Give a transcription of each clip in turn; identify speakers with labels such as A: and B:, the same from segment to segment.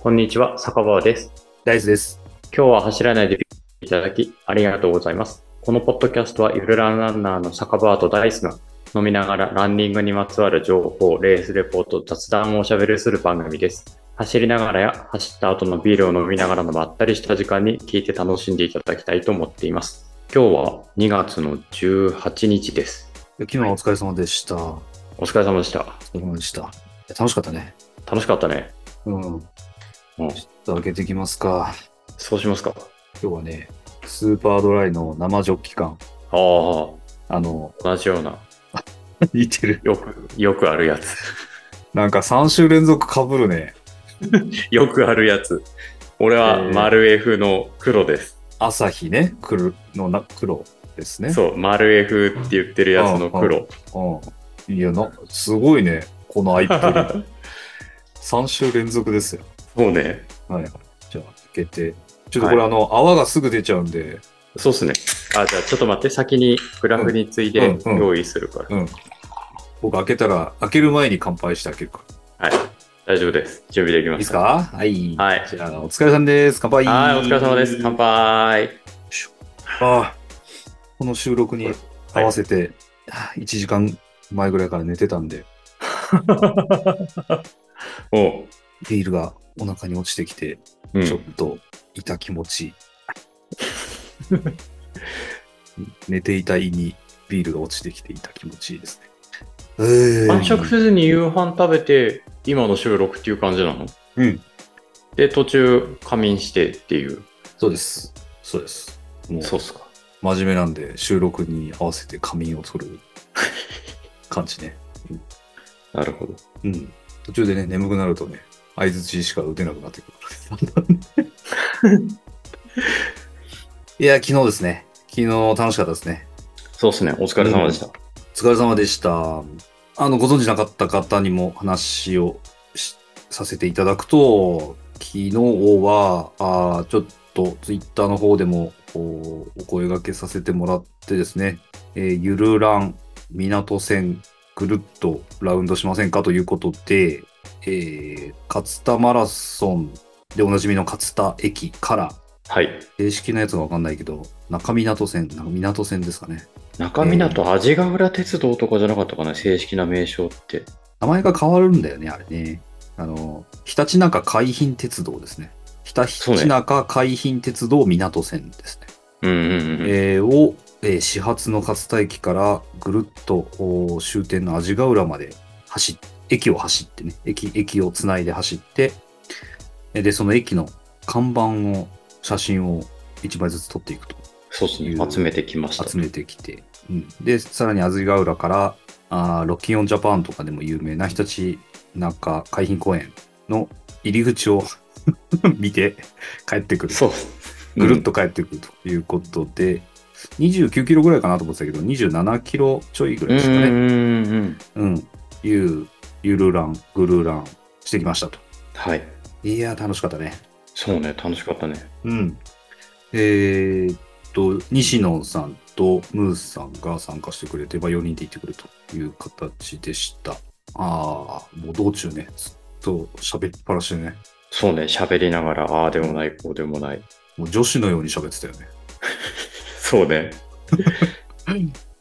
A: こんにちは、坂場です。
B: 大豆です。
A: 今日は走らないでいただき、ありがとうございます。このポッドキャストは、ゆるランランナーの酒場とダイスが飲みながらランニングにまつわる情報、レースレポート、雑談をおしゃべりする番組です。走りながらや走った後のビールを飲みながらのまったりした時間に聞いて楽しんでいただきたいと思っています。今日は2月の18日です。
B: 昨日はお疲れ様でした。お
A: お疲れ様でした。
B: 疲れ様でした。いや楽しかったね。
A: 楽しかったね。
B: うん。ち
A: う
B: ょ
A: ん
B: っと開けていきますか。
A: そうしますか。
B: 今日はね、スーパードライの生ジョッキ缶。
A: ああ、
B: あの、
A: 同じような、
B: 似てる。
A: よく、よくあるやつ。
B: なんか3週連続かぶるね。
A: よくあるやつ。俺は
B: えー
A: マルエフの黒です。
B: 朝日ね、くるのな黒ですね。
A: そう、マルエフって言ってるやつの黒。
B: う。ん。いや、な、すごいね。このアイプリ。3週連続ですよ。
A: そうね。
B: はい。じゃあ開けて。ちょっとこれ、あの、泡がすぐ出ちゃうんで、
A: そうっすね。あ、じゃあちょっと待って、先にグラフについて
B: うんうん
A: 用意するから。
B: うん。僕開けたら、開ける前に乾杯して開けるから。
A: はい。大丈夫です。準備でき
B: いい
A: ま
B: で
A: し
B: す
A: た。
B: かはい。
A: はい
B: じゃあ、お疲れさんです。乾杯。
A: はい、お疲れ様です。乾。杯。
B: あーこの収録に合わせて、あー1時間前ぐらいから寝てたんで、
A: おう。
B: ビールがお腹に落ちてきて、
A: うん
B: ちょっと痛気持ちいい。 寝ていた胃にビールが落ちてきて痛気持ちいいですね。えー
A: 完食せずに夕飯食べて、今の収録っていう感じなの
B: うん。
A: で、途中仮眠してっていう。
B: そうです。そうです。もう
A: そうっすか。
B: 真面目なんで収録に合わせて仮眠を取る感じね。
A: なるほど。
B: うん。途中でね、眠くなるとね、相づちしか打てなくなってくるからねいや、昨日ですね。昨日楽しかったですね。
A: そうっすね。お疲れ様でした。
B: お疲れ様でした。あの、ご存知なかった方にも話をしさせていただくと、昨日は、あーちょっとツイッターの方でもおお声掛けさせてもらってですね、えーゆるらん港線ぐるっとラウンドしませんかということで、えー勝田マラソンでおなじみの勝田駅から、
A: はい。
B: 正式なやつがわかんないけど、中港線、な港線ですかね。
A: 中港味ヶ浦鉄道とかじゃなかったかな、正式な名称って。
B: 名前が変わるんだよね、あれね。あの、ひたちなか海浜鉄道ですね。ひたひ
A: そうね
B: ちなか海浜鉄道港線ですね。
A: うんうんうん。
B: えーを、えー始発の勝田駅からぐるっとおー終点の味ヶ浦まで走っ駅を走ってね、駅、駅をつないで走って、えーで、その駅の看板を、写真を一枚ずつ撮っていくと。
A: そうです
B: い
A: ね。
B: う
A: 集めてきました。
B: 集めてきて、うん、でさらに安ヶ浦からあーロッキンオンジャパンとかでも有名なひたちなんか海浜公園の入り口を 見て帰ってくる
A: そう。
B: ぐるっと帰ってくるということで、29キロぐらいかなと思ってたけど27キロちょいぐ
A: う
B: ら
A: ん。う
B: いです
A: ん
B: かね、
A: うんうん。
B: うん、いうゆるランぐるランしてきましたと
A: はい。
B: いやー楽しかったね
A: そうね。楽しかったね。
B: うん。えーっと、西野さんとムースさんが参加してくれて、まあ、4人で行ってくるという形でした。ああ、もう道中ね、ずっと喋りっぱなしでね、
A: そうね。喋りながら、ああでもない、こうでもない。
B: もう女子のように喋ってたよね。
A: そうね。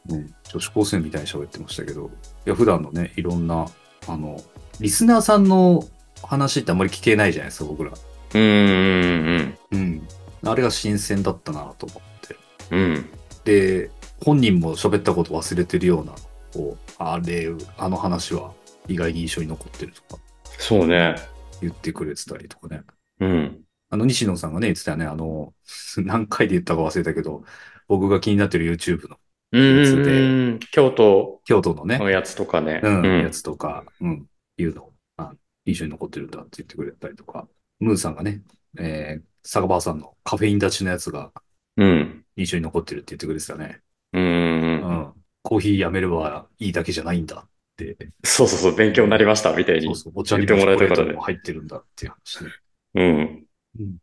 B: うん、女子高生みたいに喋ってましたけど、いや、普段のね、いろんな、あの、リスナーさんの話ってあんまり聞けないじゃないですか、僕ら。
A: うんうん
B: うん。あれが新鮮だったなと思って。
A: うんうん。うん。
B: で本人も喋ったこと忘れてるようなこうあれあの話は意外に印象に残ってるとか
A: そうね。
B: 言ってくれてたりとかね
A: うん。
B: あの西野さんがね言ってたよねあの 何回で言ったか忘れたけど僕が気になってる YouTube の
A: うんうんうん。京都
B: 京都のね、
A: のやつとかね。
B: うんやつとか、うん、いうのあ印象に残ってるんだって言ってくれたりとかムーさんがね、えー、酒場さんのカフェイン立ちのやつが
A: うん。
B: 印象に残ってるって言ってくれてたね、
A: うんうん
B: う
A: うん。
B: ん、コーヒーやめればいいだけじゃないんだって
A: そうそうそう。勉強になりました、みたい
B: そ
A: に
B: う。そう、お茶にもチ
A: 言ってもら
B: ョ
A: え
B: コレ
A: た
B: ー
A: からね
B: トも入ってるんだっていう話ね。
A: うん
B: うん。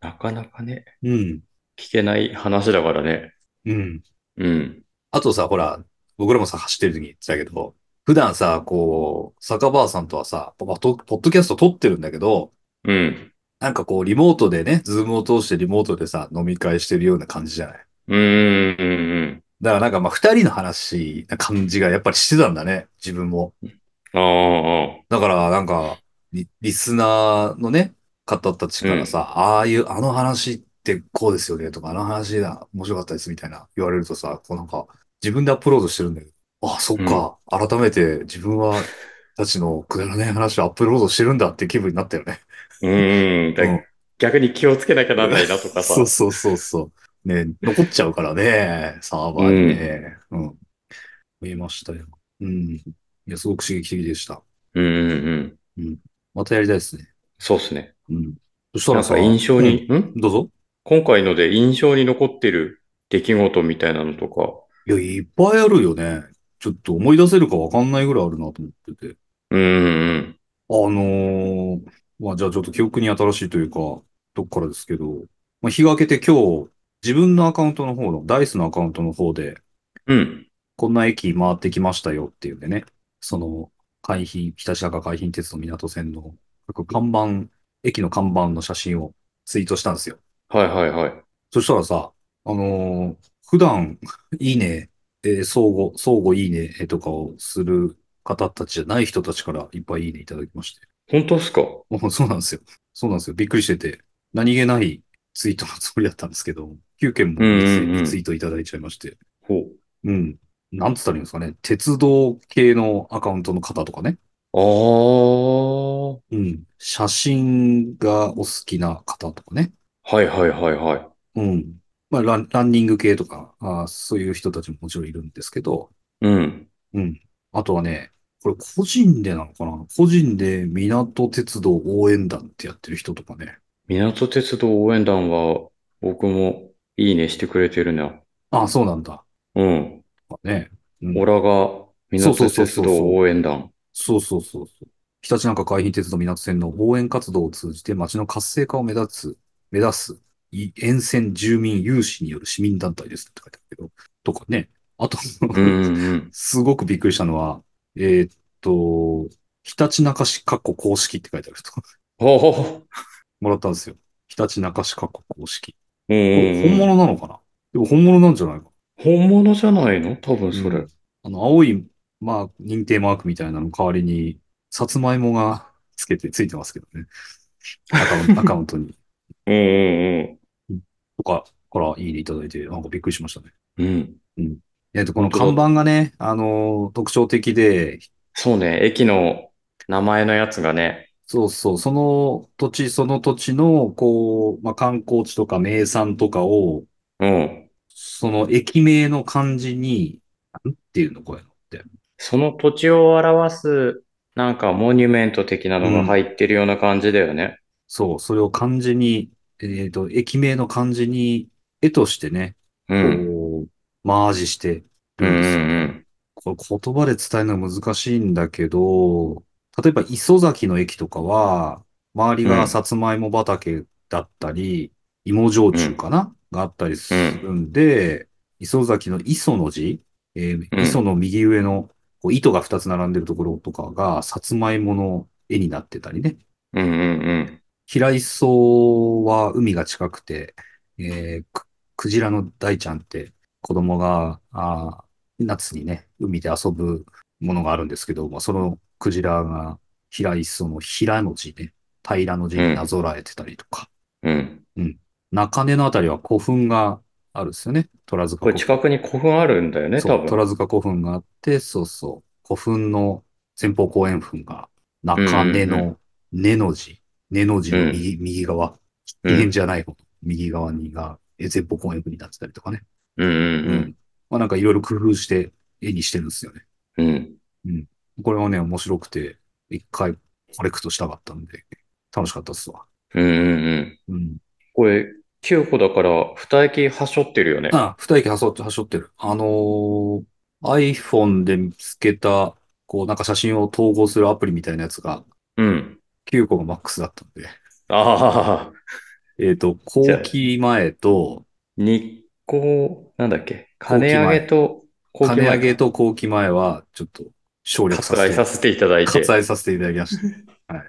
A: なかなかね、
B: うん。
A: 聞けない話だからね。
B: うん。
A: うん。
B: あとさ、ほら、僕らもさ、走ってる時に言ってたけど、普段さ、こう、酒場さんとはさ、ポポッドポッドキャスト撮ってるんだけど、
A: うん。
B: なんかこう、リモートでね、ズームを通してリモートでさ、飲み会してるような感じじゃない。
A: うーんうんうん。
B: だからなんかまあ、二人の話な感じがやっぱりしてたんだね、自分も。
A: ああ、
B: だからなんか、リ、リスナーのね、方たちからさ、ああいう、あの話ってこうですよね、とか、あの話だ、面白かったです、みたいな言われるとさ、こうなんか、自分でアップロードしてるんだけど、ああ、そっか、改めて自分は、たちのくだらない話をアップロードしてるんだっていう気分になったよね。
A: うーん。だ
B: うん
A: 逆に気をつけなきゃなんないなとかさ。
B: そうそうそうそう。ね、残っちゃうからね、サーバーにね。うん。見えましたよ。うん。いや、すごく刺激的でした。
A: うんうんうん。
B: またやりたいですね。
A: そうですね。
B: うん。そした
A: な
B: ら
A: ん
B: さ、
A: か印象に、ん
B: うん。どうぞ。
A: 今回ので印象に残ってる出来事みたいなのとか。
B: いや、いっぱいあるよね。ちょっと思い出せるかわかんないぐらいあるなと思ってて。
A: うんうん
B: あのーまあ、じゃあちょっと記憶に新しいというか、どっからですけど、まあ、日が明けて今日、自分のアカウントの方の、ダイスのアカウントの方で、
A: うん。うん。
B: こんな駅回ってきましたよっていうんでね、その、海浜、北白川海浜鉄道港線の、各看板、駅の看板の写真をツイートしたんですよ。
A: はいはいはい。
B: そしたらさ、あのー普段、 いいね、えー相互、相互いいねとかをする方たちじゃない人たちからいっぱいいいねいただきまして。
A: 本当っすか
B: もうそうなんですよ。そうなんですよ。びっくりしてて、何気ないツイートのつもりだったんですけど、9件もリツイ
A: うんうんうん
B: リツイートいただいちゃいまして。
A: ほ
B: うん。なんつったらいいんですかね。鉄道系のアカウントの方とかね。
A: う。
B: うん。写真がお好きな方とかね。
A: ああ。はいはいはいはい。
B: うん。まあ、ラン、ランニング系とか、あーそういう人たちももちろんいるんですけど、
A: うん。
B: うん。あとはね、これ個人でなのかな個人で港鉄道応援団ってやってる人とかね。
A: 港鉄道応援団は僕もいいねしてくれてるな。
B: ああ、そうなんだ。
A: うん。
B: とかね。うん
A: オラが
B: そう
A: 港
B: そうそう
A: 鉄
B: そう
A: 道応援団。
B: そうそうそうそう。ひたちなか海浜鉄道港線の応援活動を通じて町の活性化を目指す、目指す、い沿線住民有志による市民団体ですって書いてあるけど、とかね。あと、
A: うんうんうん。
B: すごくびっくりしたのは、えーっと、ひたちなか市かっこ公式って書いてある人
A: ほうほうほ
B: もらったんですよ。ひたちなか市かっこ公式。
A: う。うん
B: こ
A: うん
B: れ
A: うん
B: 本物なのかなでも本物なんじゃないか
A: 本物じゃないの多分それ。
B: うんあの、青いマーク、認定マークみたいなの代わりに、さつまいもがつけて、ついてますけどね。アカウント、アカウントに。
A: うんうん
B: とか、からいいねいただいて、なんかびっくりしましたね。
A: うん。うん。
B: えっと、この看板がね、あのー特徴的で、
A: そうね。駅の名前のやつがね。
B: そうそう、その土地、その土地の、こう、まあ、観光地とか名産とかを、
A: うん。
B: その駅名の漢字に、なんていうの、こういうのって。
A: その土地を表す、なんかモニュメント的なのが入ってるような感じだよね。
B: そう、それを漢字に、えっと、駅名の漢字に、絵としてね、
A: うん。
B: こう、マージして
A: うんう
B: るん
A: ん
B: ですよ。
A: うん。
B: これ言葉で伝えるのは難しいんだけど、例えば磯崎の駅とかは、周り
A: う
B: が
A: ん
B: さつまいも畑だったり、芋焼酎かながあったりするんで、磯崎の磯の字、えー
A: うん
B: 磯の右上のこう糸が2つ並んでるところとかが、さつまいもの絵になってたりね。
A: うんうんうん。
B: 平磯は海が近くて、えーくクジラの大ちゃんって子供が、あー夏にね、海で遊ぶものがあるんですけど、まあ、そのクジラが平磯の平の字ね、平の字になぞらえてたりとか、
A: うん。
B: 中根のあたりは古墳があるんですよね。虎塚
A: これ
B: 古
A: 近
B: 墳。
A: くに古墳あるんだよね、
B: そ
A: 多
B: う、
A: 分。
B: 虎塚古墳があって、そうそう、古墳の前方後円墳が中根
A: うんうん
B: の根の字、根の字の右、右側。
A: う
B: 右辺
A: ん。
B: じゃない方、右側にが、え前方後円墳になってたりとかね。
A: うんうん
B: まあなんかいろいろ工夫して絵にしてるんですよね。
A: うん。うん。
B: これはね、面白くて、一回コレクトしたかったんで、楽しかったっすわ。
A: うんうんうん。
B: うん。
A: これ、9個だから、二駅はしょってるよね。
B: あ、二駅はしょはしょってる。あのー iPhone で見つけた、こうなんか写真を統合するアプリみたいなやつが、
A: うん。
B: 9個がマックスだったんで、
A: ああ。
B: えっと、後期前と、
A: 日光、なんだっけ、
B: 後期前
A: 金上げと、後期
B: 金
A: 前
B: 上げと後期前は、ちょっと省略さ
A: 割愛
B: せ
A: さ
B: て、
A: せていただいて
B: 割。愛させていただきました。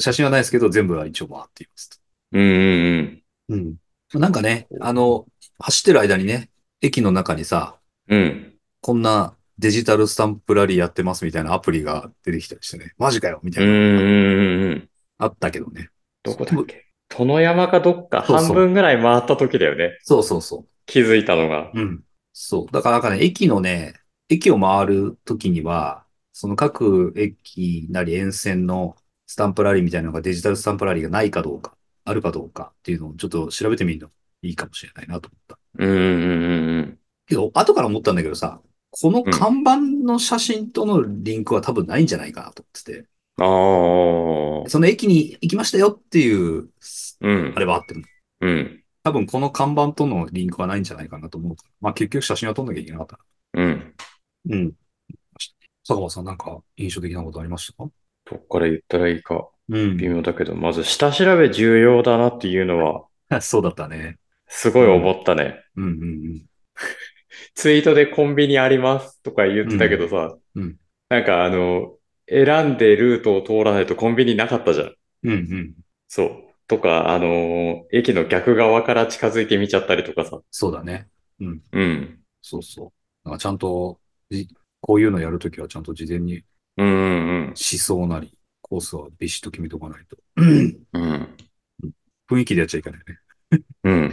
B: 写真はないですけど、全部は一応回っていますと。
A: うんうん
B: うん。なんかね、あの、走ってる間にね、駅の中にさ、
A: うん。うん。
B: こんなデジタルスタンプラリーやってますみたいなアプリが出てきたりしてね、マジかよみた
A: う
B: い
A: んう
B: な、
A: んうんうん。
B: あったけどね。
A: どこだっけ殿山かどっか
B: そうそう
A: 半分ぐらい回った時だよね。
B: そうそうそ
A: 気づいたのが。
B: う。うん。そう。だからなんかね、駅のね、駅を回るときには、その各駅なり沿線のスタンプラリーみたいなのがデジタルスタンプラリーがないかどうか、あるかどうかっていうのをちょっと調べてみるのいいかもしれないなと思った。
A: うんうんうんうん。
B: けど、後から思ったんだけどさ、こ
A: う
B: の
A: ん
B: 看板の写真とのリンクは多分ないんじゃないかなと思ってて、
A: ああ。
B: その駅に行きましたよっていう、
A: うん
B: あ。れはあっても、
A: うん。
B: 多分この看板とのリンクはないんじゃないかなと思うから、まあ結局写真は撮んなきゃいけなかった
A: うん。
B: な。うん。坂本さんなんか印象的なことありましたか
A: どっから言ったらいいか
B: う
A: 微
B: ん。
A: 妙だけど、まず下調べ重要だなっていうのは、
B: そうだったね。
A: すごい思ったね。
B: うんうん
A: ツイートでコンビニありますとか言ってたけどさ、
B: うんうん
A: なんかあの、選んでルートを通らないとコンビニなかったじゃん。
B: うん。うんうん。
A: そう。とか、あのー駅の逆側から近づいてみちゃったりとかさ。
B: そうだね。
A: うん。
B: そうそう。なんかちゃんと、じこういうのやるときはちゃんと事前に
A: うんうん
B: 思想なり、コースはビシッと決めとかない と。
A: うん。うん。
B: 雰囲気でやっちゃいけないね。
A: うん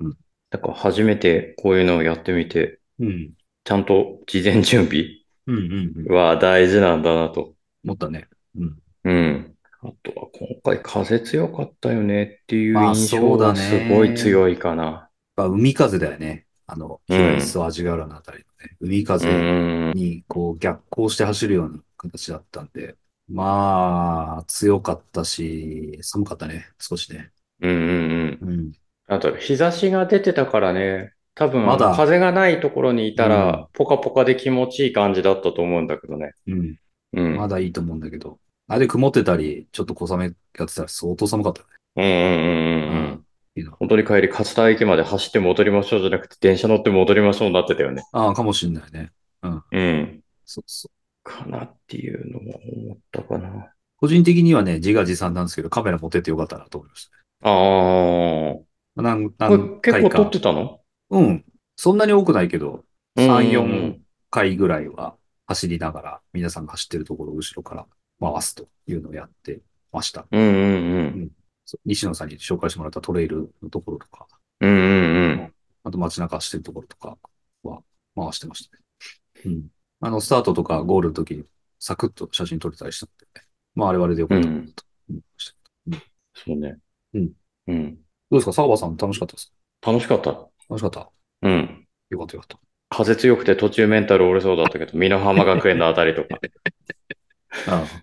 B: うん。
A: だから初めてこういうのをやってみて、
B: うん。
A: ちゃんと事前準備
B: うんうんうん。
A: は大事なんだなと。
B: 思ったね。うん。
A: うん。あとは今回風強かったよねっていう
B: まあ
A: 印
B: そ
A: 象
B: うだ
A: が
B: ね
A: すごい強いかな。
B: まあ、海風だよね。あの、
A: うん
B: 平磯味ヶ浦のあたりのね、海風
A: うん。
B: にこう逆行して走るような形だったんで、まあ、強かったし、寒かったね。少しね。
A: うんうんうん。
B: うん。
A: あと日差しが出てたからね、多分
B: まだ
A: 風がないところにいた
B: うん
A: ら、ポカポカで気持ちいい感じだったと思うんだけどね。
B: うん。
A: うん。
B: まだいいと思うんだけど。あれで曇ってたり、ちょっと小雨やってたら相当寒かったね。
A: うんうんうんうんう
B: うん
A: ん。
B: いいな。
A: 本当に帰り、勝田駅まで走って戻りましょうじゃなくて、電車乗って戻りましょうになってたよね。
B: ああ、かもしんないね。
A: うん。
B: そうそう。
A: かなっていうのは思ったかな。
B: 個人的にはね、自画自賛なんですけど、カメラ持ってってよかったなと思いましたね。
A: ああ。こ
B: 何、
A: れ
B: 何
A: 結
B: 回
A: 構
B: か
A: 撮ってたの
B: うん。そんなに多くないけど、3、
A: うんうんう
B: 4
A: ん
B: 回ぐらいは走りながら、皆さんが走ってるところを後ろから回すというのをやってました。
A: うんうん
B: そう西野さんに紹介してもらったトレイルのところとか、
A: うん。うんうんうん。
B: あと街中走ってるところとかは回してましたね。うん。あの、スタートとかゴールの時にサクッと写真撮れたりしたんで、まあ、あれはあれでよかったなと思いました。
A: そうね。
B: うん。
A: うん。
B: どうですかサーバーさん楽しかったです
A: 楽しかった。
B: 楽しかった
A: うん。
B: よかったよかっ
A: 風強くて途中メンタル折れそうだったけど、美濃浜学園のあたりとか。
B: た。ああ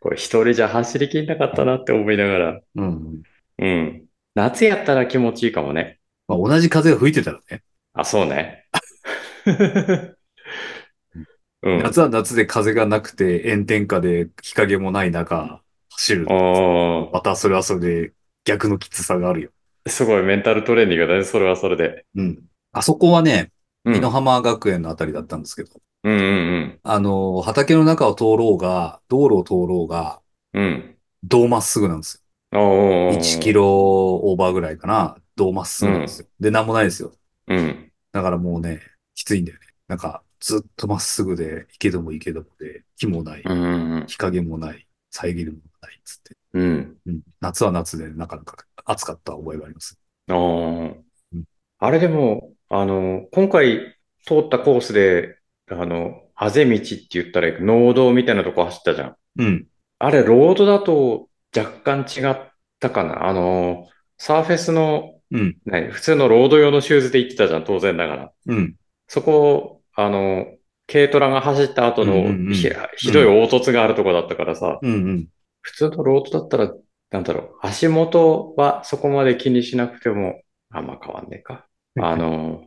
A: これ一人じゃ走りきんなかったなって思いながら。
B: うん。
A: うん。夏やったら気持ちいいかもね。
B: まあ、同じ風が吹いてたらね、
A: あ、そう ね。うん。
B: 夏は夏で風がなくて炎天下で日陰もない中走る。
A: お
B: またそれはそれで逆のきつさがあるよ。
A: ー、すごいメンタルトレーニングだね。それはそれで。
B: うん。あそこはね、
A: うん。
B: 美
A: う
B: 濃
A: ん
B: 浜学園のあたりだったんですけど、
A: うん
B: あの、畑の中を通ろうが、道路を通ろうが、
A: うん。うん。
B: 道まっすぐなんです
A: おーお
B: よ。
A: ーおー
B: 1キ。ロオーバーぐらいかな、道まっすぐなんですよ。で、なんもないですよ。
A: うん。
B: だからもうね、きついんだよね。なんか、ずっとまっすぐで、池でも池でもで、木もない、
A: うんうん
B: 日陰もない、遮るものもないっつって。
A: うん。うん。
B: うん夏は夏でなかなか暑かった覚えがあります。
A: あ
B: うん
A: あ。あれでも、あの、今回通ったコースで、あの、あぜ道って言ったらいいか農道みたいなとこ走ったじゃん。
B: うん。
A: あれ、ロードだと若干違ったかな。あの、サーフェスの、
B: うん。
A: 何、普通のロード用のシューズで行ってたじゃん、当然ながら。
B: うん。
A: そこ、あの、軽トラが走った後
B: うんう
A: の
B: んうん
A: ひ、ひどい凹凸があるとこだったからさ、
B: うんうん。
A: 普通のロードだったら、なんだろう、足元はそこまで気にしなくても、あんま変わんねえか。 あの、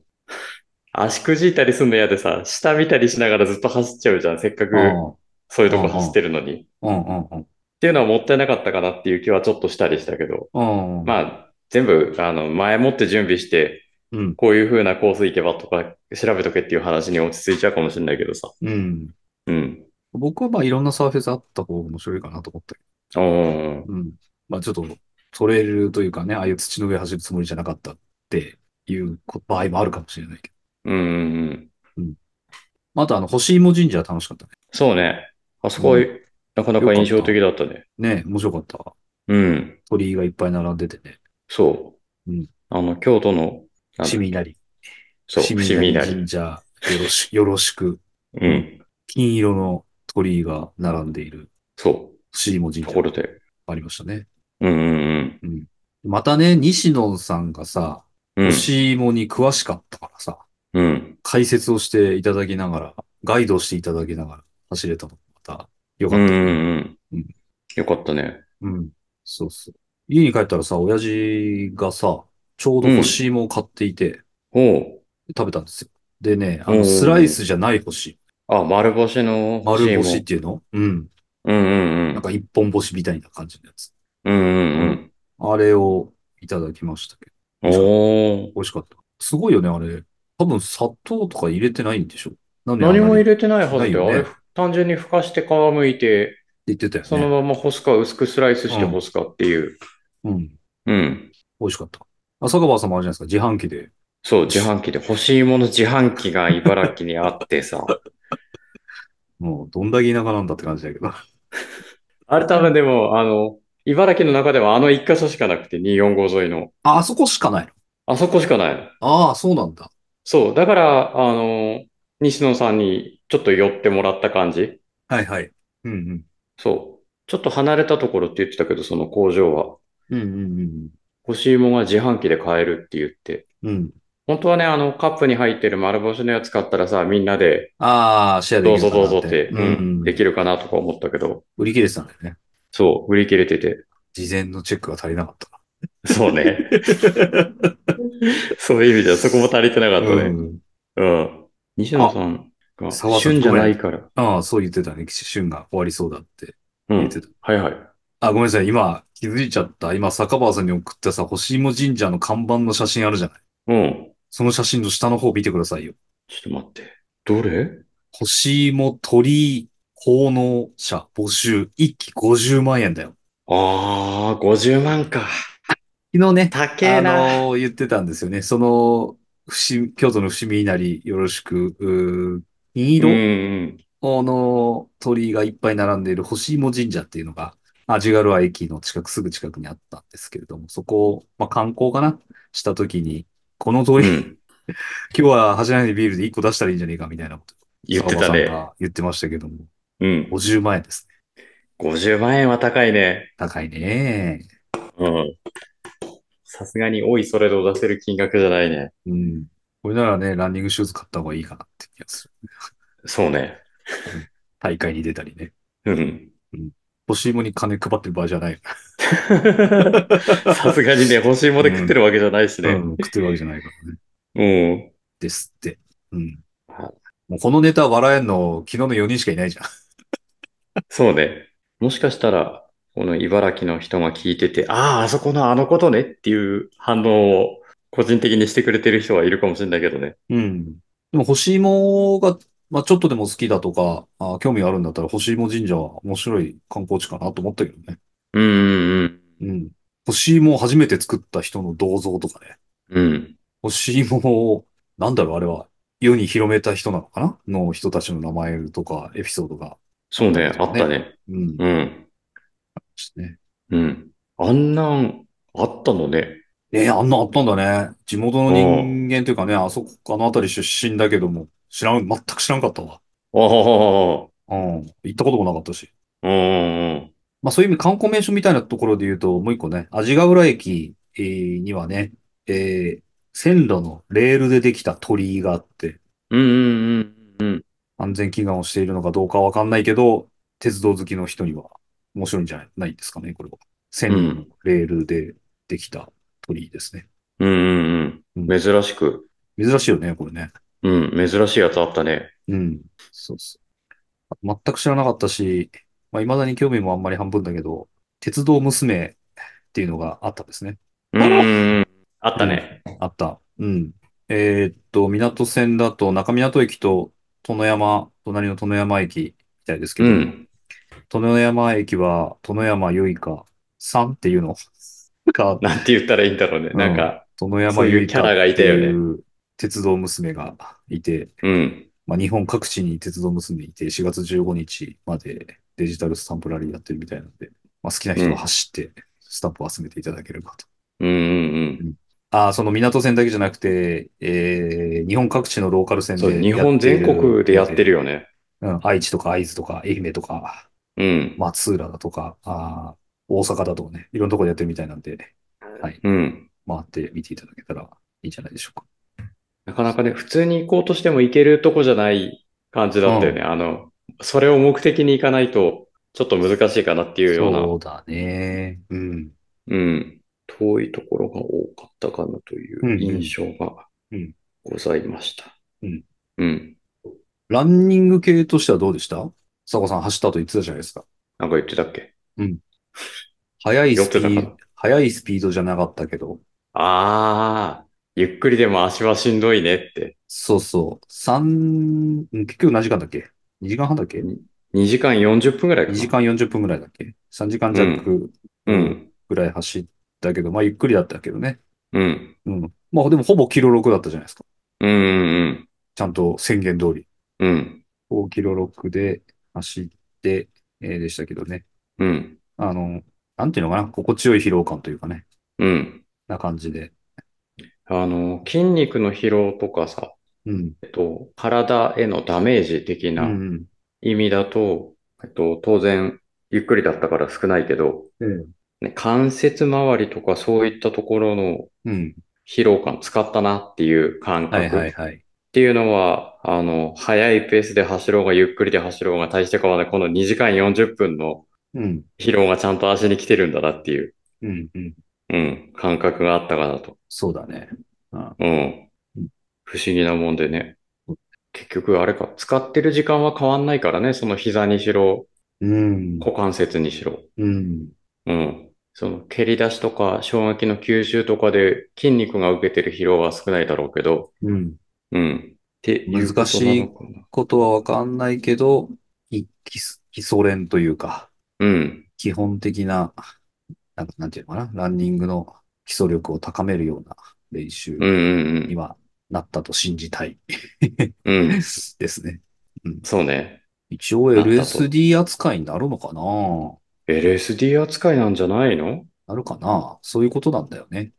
A: 足くじいたりすんの嫌でさ、下見たりしながらずっと走っちゃうじゃん。せっかく
B: う
A: そういうとこ走ってるのに。っ
B: んうんうん。
A: ていうのはもったいなかったかなっていう気はちょっとしたりしたけど、
B: うん。
A: まあ、全部、あの、前もって準備して、
B: うん。
A: こういう風なコース行けばとか調べとけっていう話に落ち着いちゃうかもしれないけどさ。
B: うん。
A: うん。
B: 僕はまあいろんなサーフェスあった方が面白いかなと思ったけど。
A: おー
B: うん。まあちょっとトレイルというかね、ああいう土の上走るつもりじゃなかったっていうこ場合もあるかもしれないけど。
A: うんうんうん。
B: まああとあの、星芋神社は楽しかったね。
A: そうね。あそこは
B: う
A: なかなか印象的だったね。
B: ね面白かった。
A: うん。
B: 鳥居がいっぱい並んでてね。
A: そう。
B: うん
A: あの、京都の、あの
B: シミナリ。
A: そう、
B: シ
A: 伏
B: ミ
A: 見
B: ナ
A: 稲荷。
B: リ神社、よろし、よろしく。
A: うん。
B: 金色の鳥居が並んでいる
A: そ
B: 星芋神
A: う。と
B: 社
A: ころで。
B: ありましたね。
A: うんうん
B: またね、西野さんがさ、
A: うん。うん。
B: 星芋に詳しかったからさ、
A: うん。
B: 解説をしていただきながら、ガイドをしていただきながら走れたのもまた良か
A: う
B: っ
A: ん
B: た。
A: うんう
B: うん
A: ん。よかったね。
B: うん。そうそう。家に帰ったらさ、親父がさ、ちょうど干し芋を買っていて、
A: おう。
B: 食べたんですよ。でね、あ
A: お
B: の、
A: ー
B: スライスじゃない干し、
A: あ、丸干しの
B: 丸
A: 干
B: 干
A: し
B: し
A: い
B: っ
A: も。
B: ていうのうん。
A: うんうんう
B: なん
A: ん。
B: か一本干しみたいな感じのやつ。
A: うんうん
B: あれをいただきましたけど、
A: うん。おー。
B: 美味しかった。すごいよね、あれ。多分砂糖とか入れてないんでしょなんであんな
A: 何
B: に
A: も入れてないはずだよ。
B: ない
A: あれ
B: よね、
A: 単純にふかして皮むいて、
B: 言ってたよね。
A: そのまま干すか薄くスライスして干すかっていう。
B: うん。
A: うん。
B: 美味しかった。朝川さんもあれじゃないですか、自販機で。
A: そう、自販機で。欲しいもの自販機が茨城にあってさ。
B: もう、どんだけ田舎なんだって感じだけど。
A: あれ多分でも、あの、茨城の中ではあの一箇所しかなくて、245沿いの。
B: あ、あそこしかないの
A: あそこしかないの。
B: ああ、そうなんだ。
A: そう。だから、あの、西野さんにちょっと寄ってもらった感じ。
B: はいはい。うんうん。
A: そう。ちょっと離れたところって言ってたけど、その工場は。
B: うんうんうん
A: 欲しいもんが自販機で買えるって言って。
B: うん。うん。
A: 本当はね、あの、カップに入ってる丸干しのやつ買ったらさ、みんなで、
B: ああ、シェアで
A: ど
B: き
A: う
B: る
A: ぞ
B: か
A: ど
B: な
A: うぞ
B: っ。
A: ってて、うん、
B: うん
A: できるかなとか思ったけど、
B: 売り切れてたんだよね。
A: そう、売り切れてて。
B: 事前のチェックが足りなかったな。
A: そう ね。そういう意味では、そこも足りてなかったね。
B: うん
A: うん。西野さんが、
B: 沢田
A: 旬じゃないから。
B: ああ、そう言ってたね。旬が終わりそうだって
A: う
B: 言っ
A: ん。
B: てた。
A: はいはい。
B: あ、ごめんなさい。今、気づいちゃった。今、坂川さんに送ったさ、星芋神社の看板の写真あるじゃない。
A: うん。
B: その写真の下の方見てくださいよ。
A: ちょっと待って。どれ
B: 星芋鳥居奉納者募集、一期50万円だよ。
A: ああ、50万か。
B: 昨日ね、
A: 高
B: あ
A: えな。
B: のー言ってたんですよね。その、伏見京都の伏見稲荷、よろしく、うー金
A: うんう
B: 色
A: ん。
B: の鳥居がいっぱい並んでいる星芋神社っていうのが、アジガルア駅の近く、すぐ近くにあったんですけれども、そこを、まあ、観光かなした時に、この
A: う
B: 鳥居、今
A: ん。
B: 日は走らないでビールで1個出したらいいんじゃねえかみたいなこと、
A: 言って
B: 沢
A: た
B: 川さん
A: ね。
B: が言ってましたけども、
A: うん。
B: 50万円ですね。
A: 50万円は高いね。
B: 高いね。
A: うん。さすがに、おい、それで出せる金額じゃないね。
B: うん。これならね、ランニングシューズ買った方がいいかなって気がする。
A: そうね。
B: 大会に出たりね。
A: うん。
B: 欲しいもに金配ってる場合じゃない。
A: さすがにね、欲しいもので食ってるわけじゃないし
B: う
A: ね。
B: ん、食ってるわけじゃないからね。
A: うん。
B: ですって。うん
A: はい。
B: もうこのネタ笑えんの、昨日の4人しかいないじゃん。
A: そうね。もしかしたら、この茨城の人が聞いてて、ああ、あそこのあのことねっていう反応を個人的にしてくれてる人はいるかもしれないけどね。
B: うん。でも、干し芋が、まあ、ちょっとでも好きだとか、あ興味があるんだったら、干し芋神社は面白い観光地かなと思ったけどね。
A: うんうん
B: うん。干し芋を初めて作った人の銅像とかね。
A: うん。うん。
B: 干し芋を、なんだろう、あれは、世に広めた人なのかなの人たちの名前とか、エピソードが。
A: そうね、あったね。
B: うん。
A: うん。
B: ね。
A: うん。あんなん、あったのね。
B: えーあんなあったんだね。地元の人間というかね、あそこ、あの辺り出身だけども、知らん、全く知らんかったわ。
A: ああ、
B: うん。行ったこともなかったし。
A: うんうん
B: まあそういう意味、観光名所みたいなところで言うと、もう一個ね、阿字ヶ浦駅えーにはね、えー線路のレールでできた鳥居があって、
A: うん。うんうんうんうん。
B: 安全祈願をしているのかどうかはわかんないけど、鉄道好きの人には面白いんじゃないですかね、これは。線路のレールでできた鳥居ですね。
A: うんうんうん。珍しく。
B: 珍しいよね、これね。
A: うん、珍しいやつあったね。
B: うん。そうそう。全く知らなかったし、まあ、未だに興味もあんまり半分だけど、鉄道娘っていうのがあったんですね。
A: うんうんうん。あったね。
B: あった。うん。えーっと、港線だと中港駅と殿山、隣の殿山駅みたいですけ
A: う
B: ど、
A: ん。
B: 殿山駅は、殿山ゆいかさんっていう のが、
A: なんて言ったらいいんだろうね。
B: うん
A: なんか、
B: 殿山
A: そういう
B: ゆいかって
A: キャラがいたよね
B: いう鉄道娘がいて、
A: うん。
B: まあ、日本各地に鉄道娘いて、4月15日までデジタルスタンプラリーやってるみたいなので、まあ、好きな人が走って、スタンプを集めていただければと。
A: うんうん
B: ああ、その港線だけじゃなくて、えー日本各地のローカル
A: う
B: 線
A: ん。そう、
B: で
A: 日本全国でやって
B: る。
A: るよね。
B: うん、愛知とか会津とか愛媛とか、
A: うん。
B: 松浦だとか、あー大阪だとかね、いろんなところでやってるみたいなんで、はい、
A: うん。
B: 回ってみていただけたらいいんじゃないでしょうか。
A: なかなかね、普通に行こうとしても行けるとこじゃない感じだったよね。あの、それを目的に行かないと、ちょっと難しいかなっていうような。
B: そうだね。うん。
A: うん。遠いところが多かったかなという印象が
B: うんうん
A: ございました。
B: うん。
A: うん。
B: ランニング系としてはどうでした佐古さん走った後言ってたじゃないですか。
A: なんか言ってたっけ
B: 速いスピ
A: よく
B: ー
A: な
B: ド
A: か、
B: 速いスピードじゃなかったけど、
A: ああ、ゆっくりでも足はしんどいねって。
B: そうそう、三、うん結局何時間だっけ ?2 時間半だっけ
A: 2時間40分ぐらいか
B: ?2
A: な。
B: 時間40分ぐらいだっけ ?3 時間弱
A: うん。
B: ぐらい走ったけど、まあゆっくりだったけどね。
A: うん。
B: うん。まあでもほぼキロ6だったじゃないですか。
A: うん。うん。
B: ちゃんと宣言通り。
A: うん。
B: 5キロ6で走って、えーでしたけどね。
A: うん。
B: あの、なんていうのかな心地よい疲労感というかね。
A: うん。
B: な感じで。
A: あの、筋肉の疲労とかさ、
B: うん。
A: えっと、体へのダメージ的
B: う。
A: なん意味だと、えっと、当然、ゆっくりだったから少ないけど、
B: うん。
A: ね、関節周りとかそういったところの
B: うん。
A: 疲労感使ったなっていう感
B: はいは
A: 覚
B: いはい。
A: っていうのは、あの、速いペースで走ろうがゆっくりで走ろうが大して変わらない、この2時間40分の
B: うん。
A: 疲労がちゃんと足に来てるんだなっていう、
B: うん。うん。
A: うん、感覚があったかなと。
B: そうだね。あ
A: うん
B: うん。
A: 不思議なもんでね。結局あれか、使ってる時間は変わんないからね、その膝にしろ、
B: うん。
A: 股関節にしろ。
B: うん。
A: うん。その蹴り出しとか衝撃の吸収とかで筋肉が受けてる疲労は少ないだろうけど、
B: うん。
A: うん。ってうこと
B: 難しい
A: なのかな
B: ことはわかんないけど、い基礎基礎練というか、
A: うん。
B: 基本的な、なんかなんていうのかな、ランニングの基礎力を高めるような練習
A: うんうん
B: にはなったと信じ たい
A: うん。うん。
B: ですね。
A: そうね。
B: 一応
A: なったと
B: LSD 扱いになるのかな
A: LSD 扱いなんじゃないの
B: なるかなそういうことなんだよね。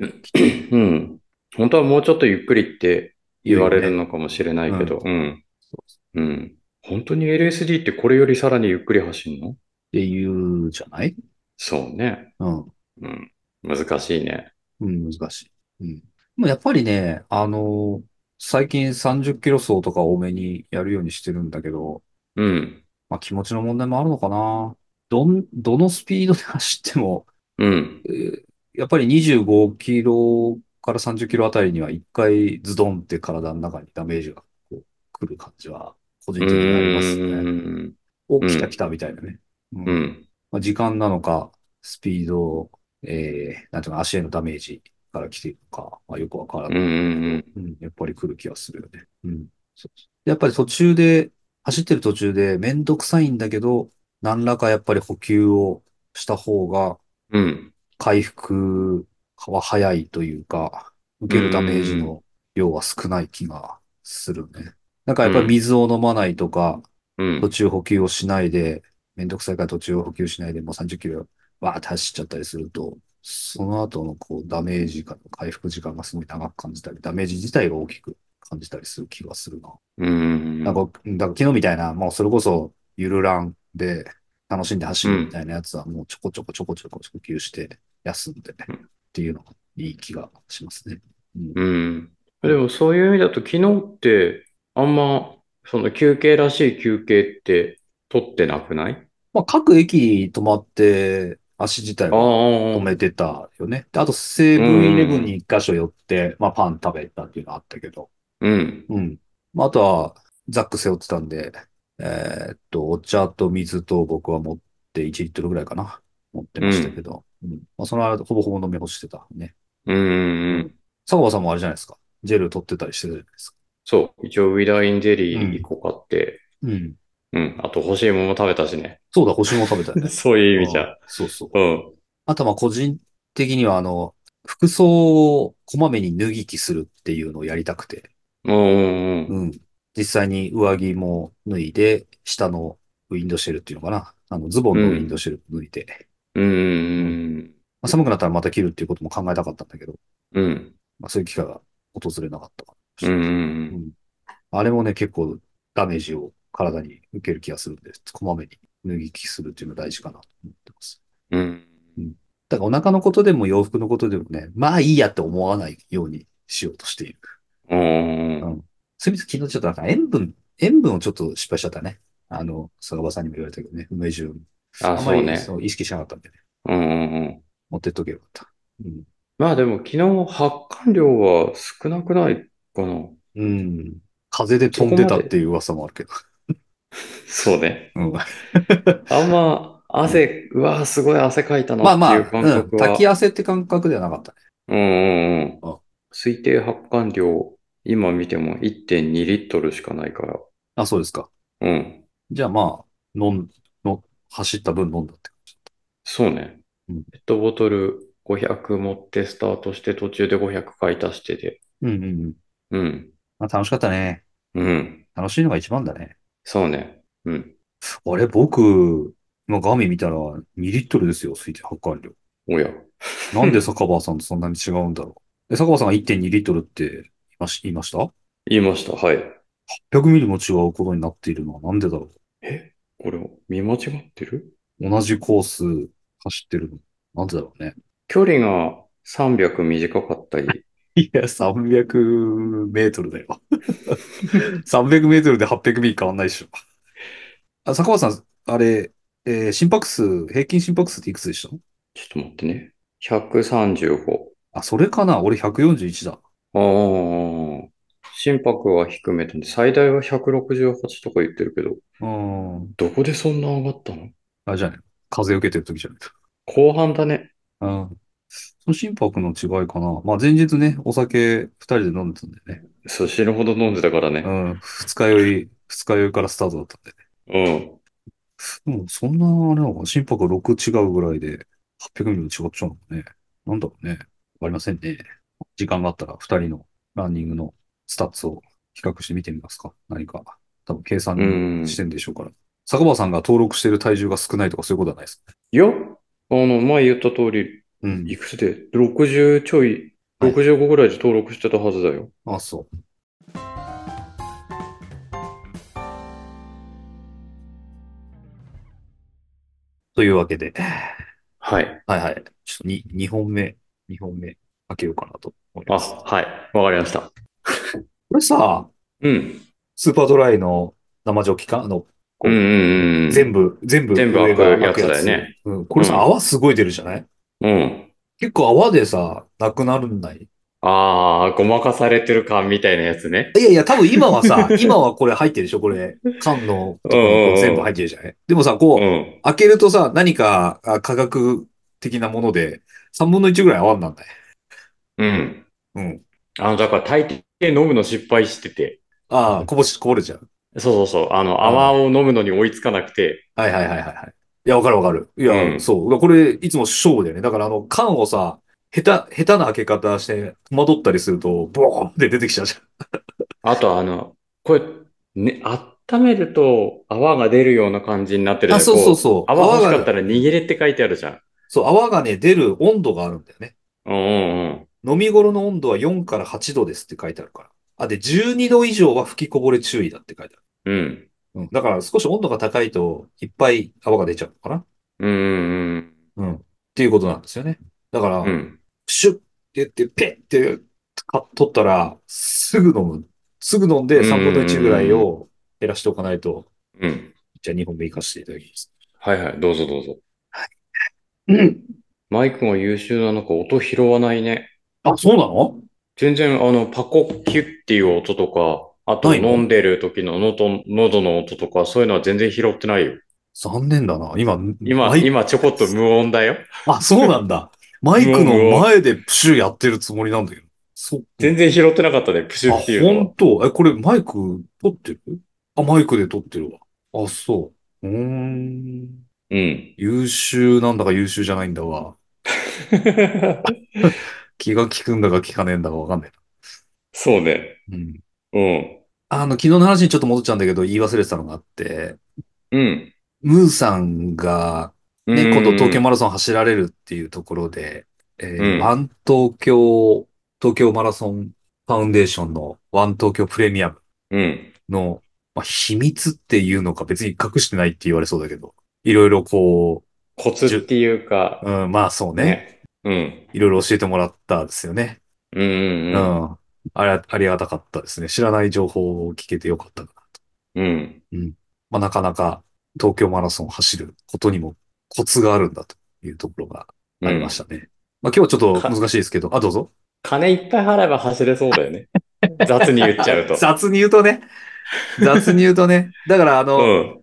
A: うん。本当はもうちょっとゆっくりって言われる
B: ね
A: のかもしれないけど、うん。うん。本当に LSD ってこれよりさらにゆっくり走るの
B: っていうじゃない
A: そうね。
B: うん。
A: うん。難しいね。
B: うん、難しい。うん。まあやっぱりね、あの最近30キロ走とか多めにやるようにしてるんだけど、
A: うん。
B: まあ、気持ちの問題もあるのかな。どん、どのスピードで走っても、
A: うん。
B: えーやっぱり25キロから30キロあたりには一回ズドンって体の中にダメージがこう来る感じは、個人的にあります
A: う
B: ね。
A: ん。
B: お、来た来たみたいなね。う。
A: うんん。
B: まあ、時間なのか、スピード、えー、なんていうの、足へのダメージから来ているのか、まあ、よくわから
A: うん
B: な
A: う
B: い。
A: ん
B: うん、やっぱり来る気がするよね。うん。そうそうやっぱり途中で、走ってる途中でめんどくさいんだけど、何らかやっぱり補給をした方が
A: うん。うん。
B: 回復は早いというか、受けるダメージの量は少ない気がするね。なんかやっぱり水を飲まないとか、
A: うん
B: 途中補給をしないで、めんどくさいから途中補給しないでもう30キロわーって走っちゃったりすると、その後のこうダメージが、回復時間がすごい長く感じたり、ダメージ自体が大きく感じたりする気がするな。
A: うん。
B: なんか、だから昨日みたいな、もうそれこそゆるランで楽しんで走るみたいなやつはもうちょこちょこちょこちょこ補給して休んでね
A: うん
B: っていうのがいい気がしますね。うん
A: うん。でもそういう意味だと昨日ってあんまその休憩らしい休憩って取ってなくない
B: まあ、各駅止まって足自体
A: ああ、
B: は止めてたよね。であと、西武イレブンに一箇所寄って、まあ、パン食べたっていうのあったけど。
A: うん。
B: うん。まあ、あとは、ザック背負ってたんで、えーっと、お茶と水と僕は持って1リットルぐらいかな。持ってましたけど。うん。まあ、その間、ほぼほぼ飲み干してたね。
A: うん。
B: 坂場さんもあれじゃないですか。ジェル取ってたりしてたじゃないですか。
A: そう。一応ウィダーインゼリー1個買って、
B: うん。
A: うん。あと欲しいもの食べたし ね。
B: そうだ、星も食 べたよね。
A: そういう意味じゃ。
B: そうそう。
A: うん。
B: あとはまあ個人的にはあの、服装をこまめに脱ぎ着するっていうのをやりたくて。
A: うんうんうん。
B: うん。実際に上着も脱いで、下のウィンドシェルっていうのかな。あの、ズボンのウィンドシェル脱いで、
A: うんうん
B: まあ寒くなったらまた着るっていうことも考えたかったんだけど、
A: うん。うん。
B: まあそういう機会が訪れなかったか
A: うんうん
B: ら。
A: うん。
B: あれもね、結構ダメージを体に受ける気がするんで、こまめに脱ぎ着するっていうのが大事かなと思ってます。
A: うん。
B: だからお腹のことでも洋服のことでもね、まあいいやって思わないようにしようとしている。
A: うんうん
B: それこそ昨日ちょっとなんか塩分、塩分をちょっと失敗しちゃったね。あの、坂場さんにも言われたけどね、梅酒。
A: あ、
B: あんまり
A: そうね。
B: そう意識しなかったんでね、
A: うんうんうん。
B: 持ってっとけばよかった。うん。
A: まあでも昨日発汗量は少なくないかな。
B: うん。風邪で飛んでたっていう噂もあるけど。
A: そうね。
B: うん。
A: あんま汗、うわーすごい汗かいた
B: まあま
A: な
B: あ、
A: っ
B: う
A: ていう感
B: ん。
A: 覚は。
B: 炊き汗って感覚ではなかったね。
A: うんうんうん
B: あ。
A: 推定発汗量、今見ても1.2リットルしかないから。
B: あ、そうですか。
A: うん。
B: じゃあまあ、飲ん、の、走った分飲んだって感じ。
A: そうね。
B: うん
A: ペットボトル500持ってスタートして途中で500買い足してて。
B: うんうんうん。
A: うん。
B: まあ楽しかったね。
A: うん。
B: 楽しいのが一番だね。
A: そうね。うん。
B: あれ、僕、今画面見たら2リットルですよ、推定発汗量。
A: おや。
B: なんで坂場さんとそんなに違うんだろ う。え坂場さんが1.2リットルって言いまし言いました
A: 言いました。はい。
B: ?100 ミリも違うことになっているのはなんでだろ
A: これ、見間違ってる
B: う。同じコース走ってるの。なんでだろうね。
A: 距離が300短かった り。
B: いや、300メートルだよ。300メートルで800ミリ変わんないでしょ。あ、坂場さん、あれ、えー心拍数、平均心拍数っていくつでした
A: ちょっと待ってね。135。
B: あ、それかな俺141だ。
A: ああ。心拍は低めで、最大は168とか言ってるけど、
B: うん。
A: どこでそんな上がったの
B: あれじゃない。風を受けてる時じゃないと。
A: 後半だね。
B: うん。その心拍の違いかな。まあ前日ね、お酒二人で飲んでたんでね。
A: そう、死ぬほど飲んでたからね
B: う。ん。二日酔い、二日酔いからスタートだったんでね。
A: うん。
B: でもそんな、あれなのかな心拍が6違うぐらいで、800ミリも違っちゃうのかね。なんだろうね。わかりませんね。時間があったら二人のランニングのスタッツを比較して見てみますか。何か。多分計
A: う
B: 算
A: ん
B: してんでしょうから。坂場さんが登録してる体重が少ないとかそういうことはないです。
A: いや、あの、前言った通り、
B: うん。
A: いくつで ?60 ちょい、
B: はい
A: 65ぐらいで登録してたはずだよ。
B: あ、そう。というわけで、
A: はい。
B: はいはい。ちょっとに2本目、2本目開けようかなと思い
A: あ、
B: ます。
A: はい。わかりました。
B: これさ、
A: うん。
B: スーパードライの生ジョッキかあの、
A: うんうんうん。
B: 全部、全部
A: 全部
B: 上
A: 開く
B: が
A: やつ
B: 開く
A: だよね。
B: うん、これさ、
A: うん
B: 泡すごい出るじゃない
A: うん。
B: 結構泡でさ、なくなるんない
A: ああ、ごまかされてる感みたいなやつね。
B: いやいや、多分今は さ、今はこれ入ってるでしょこれ、缶のとこにこう全部入ってるじゃないでもさ、こ
A: う
B: う、
A: ん。
B: 開けるとさ、何かあ科学的なもので、3分の1ぐらい泡になんない。
A: うん。
B: うん。
A: あの、だから大抵飲むの失敗してて。
B: ああ、こぼし、こぼれちゃう。
A: そうそうそう。あの、泡を飲むのに追いつかなくて。
B: はいはいはいはいはい。いや、わかるわかる。いや、
A: うん
B: そう。これ、いつも勝負だよね。だから、あの、缶をさ、下手、下手な開け方して、戸惑ったりすると、ボーンって出てきちゃうじ
A: あと、あの、これ、ね、温めると泡が出るような感じになって
B: ゃん。
A: る
B: あ、
A: じゃん
B: そうそ
A: こ
B: うそう。
A: 泡欲しかっ
B: が、
A: たら握れって書いてあるじゃん。
B: そう、泡がね、出る温度があるんだよね。
A: うんうんうん。
B: 飲み頃の温度は4から8度ですって書いてあるから。あ、で、12度以上は吹きこぼれ注意だって書いてある。
A: うん。
B: うん。だから、少し温度が高いと、いっぱい泡が出ちゃうのかな。
A: うんうん
B: うん。っていうことなんですよね。だから、
A: うん。うん。
B: シュッって言って、ペッってか取ったら、すぐ飲む。すぐ飲んで
A: うん
B: 3分の1ぐらいを減らしておかないと、
A: うん。
B: じゃあ2本目行かせていただきます。
A: はいはい。どうぞどうぞ。
B: うん。
A: マイクが優秀なのか音拾わないね。
B: あ、そうなの
A: 全然、あの、パコキュッっていう音とか、あと
B: ないの
A: 飲んでる時の喉、喉の音とか、そういうのは全然拾ってないよ。
B: 残念だな。今、
A: 今、
B: マイク
A: 今ちょこっと無音だよ。
B: あ、そうな んだ。マイク
A: う
B: の
A: わ
B: 前でプシュやってるつもりなんだけど。そう。
A: 全然拾ってなかったね、プシュっていう
B: あ、
A: のは
B: 本当え、これマイク撮ってるあ、マイクで撮ってるわ。あ、そう。うーん。
A: うん。
B: 優秀なんだか優秀じゃないんだわ。気が利くんだか利かねえんだかわかんない
A: そうね。
B: な。うん。
A: うん。
B: あの、昨日の話にちょっと戻っちゃうんだけど、言い忘れてたのがあって、
A: うん。
B: ムーさんが、ね、
A: うん
B: 今度東京マラソン走られるっていうところで、えー
A: うん
B: ワン東京、東京マラソンファウンデーションのワン東京プレミアム
A: うん。
B: の、まあ、秘密っていうのか別に隠してないって言われそうだけど、いろいろこ
A: コツっていうか
B: う、、うん、まあそうね、
A: ね。うん。
B: いろいろ教えてもらったですよね。
A: うん
B: う
A: うん
B: ん。あれ、ありがたかったですね。知らない情報を聞けてよかったな。
A: うん。うん。
B: まあ、なかなか東京マラソンを走ることにもコツがあるんだというところがありましたね。まあ、今日はちょっ と難しいですけど、あ、どうぞ。
A: 金いっぱい払えば走れそうだよね。雑に言っち ゃうと。
B: 雑に言うと ね。雑に言うとね。だから、あの、
A: うん。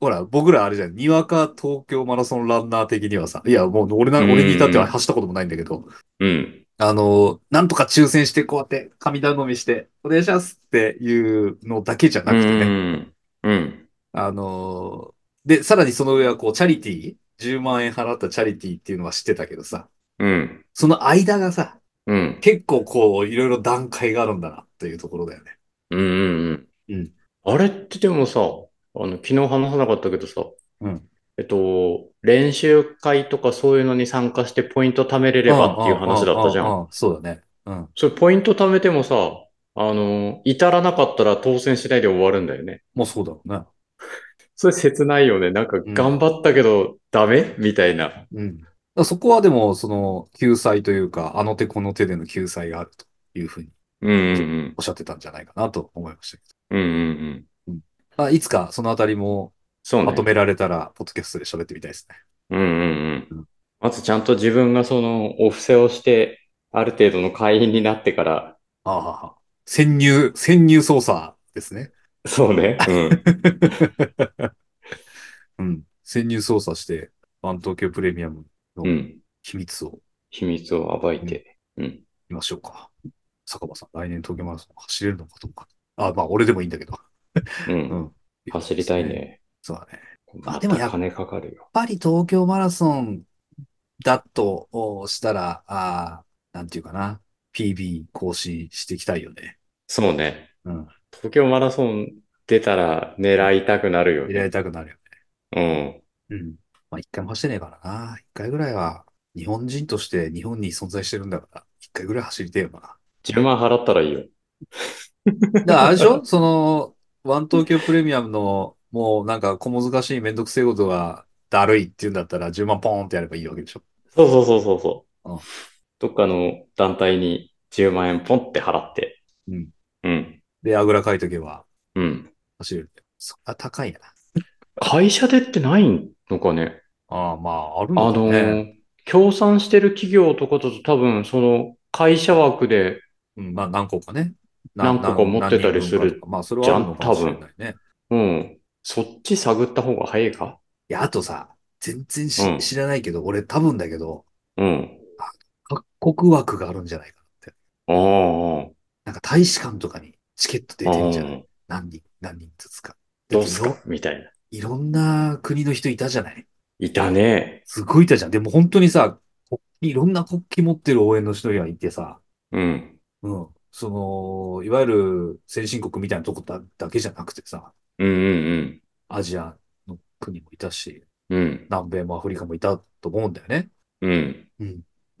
B: ほら、僕らあれじゃん。にわか東京マラソンランナー的にはさ、いや、もう俺な、
A: うん
B: 俺に至っては走ったこともないんだけど、
A: うん。
B: あの、なんとか抽選してこうやって、神頼みして、お願いしますっていうのだけじゃな
A: う
B: くてね。
A: ん。うん。
B: あのーで、さらにその上はこう、チャリティー、10万円払ったチャリティーっていうのは知ってたけどさ、
A: うん。
B: その間がさ、
A: うん。
B: 結構こう、いろいろ段階があるんだなっていうところだよね。
A: うんうん
B: う
A: うんん。あれってでもさ、あの、昨日話さなかったけどさ、
B: うん
A: えっと、練習会とかそういうのに参加してポイント貯めれればっていう話だったじゃ
B: うんう
A: ん。
B: んうんうんそうだね。うん。
A: それポイント貯めてもさ、あの、至らなかったら当選しないで終わるんだよね。
B: もうそうだろうね。
A: それ切ないよね。なんか
B: ん
A: 頑張ったけどダメみたいな。
B: うん。だからそこはでも、その、救済というか、あの手この手での救済があるというふうに
A: うんうん
B: おっしゃってたんじゃないかなと思いましたけ
A: うん。うんうんうん。
B: ど。あ、いつかそのあたりも
A: そう
B: ま
A: ね
B: と。められたら、ポッドキャストで喋ってみたいですね。
A: うんうん
B: う
A: うんん。まずちゃんと自分がその、お布施をして、ある程度の会員になってから、
B: ああはは、潜入、潜入捜査ですね。
A: そうね。うん。
B: うん。潜入捜査して、ワン東京プレミアムの
A: うん。
B: 秘密を
A: 秘密を暴いて。うん。
B: 見ましょうか。坂場さん、来年東京マラソン走れるのかどうか。あ、まあ、俺でもいいんだけど。
A: う。
B: うんん。
A: 走りたいね。。
B: そうだね。やっあ
A: ま
B: でも
A: た
B: やっ
A: 金かかるよ。
B: ぱり東京マラソンだとおしたら、あーなんていうかな。PB 更新していきたいよね。
A: そうね。
B: うん。
A: 東京マラソン出たら狙いたくなるよ
B: 入れら
A: ね。
B: れたくなるよ
A: うん。
B: ね。うん。まあ、一回も走ってねえからな。一回ぐらいは、日本人として日本に存在してるんだから、一回ぐらい走りてえよな。
A: 10万払ったらいいよ。
B: だからあれでしょその、ワン東京プレミアムの、もうなんか小難しいめんどくせえことがだるいっていうんだったら10万ポーンってやればいいわけでしょ。
A: そうそうそうそうそう。
B: うん
A: どっかの団体に10万円ポンって払って。
B: うん。
A: うん。
B: で、あぐらかいとけば
A: うん。
B: 走れる。そんな高いんやな。
A: 会社でってないのかね
B: ああ、まあ、あるんだ
A: あの
B: ろうね。
A: ー、協賛してる企業とかだと多分その会社枠で、
B: うん、まあ何個かね。
A: 何個か持ってたりする
B: 何人分かとかまあ、それはあるのかもしれないね。
A: うん。そっち探った方が早いか
B: いや、あとさ、全然し
A: うん
B: 知らないけど、俺多分だけど、
A: うん。
B: 各国枠があるんじゃないかなって。
A: ああ。
B: なんか大使館とかにチケット出てんじゃな
A: う
B: い
A: ん
B: 何人、何人ずつか。
A: どうす
B: だっ
A: か
B: て
A: みたいな。
B: いろんな国の人いたじゃない
A: いたね。
B: すごいいたじゃん。でも本当にさ、国旗いろんな国旗持ってる応援の人がいてさ、
A: うん。
B: うん。その、いわゆる先進国みたいなとこだ、だけじゃなくてさ、
A: うんうん
B: アジアの国もいたし、
A: うん。うん。
B: 南米もアフリカもいたと思うんだよね。
A: うん。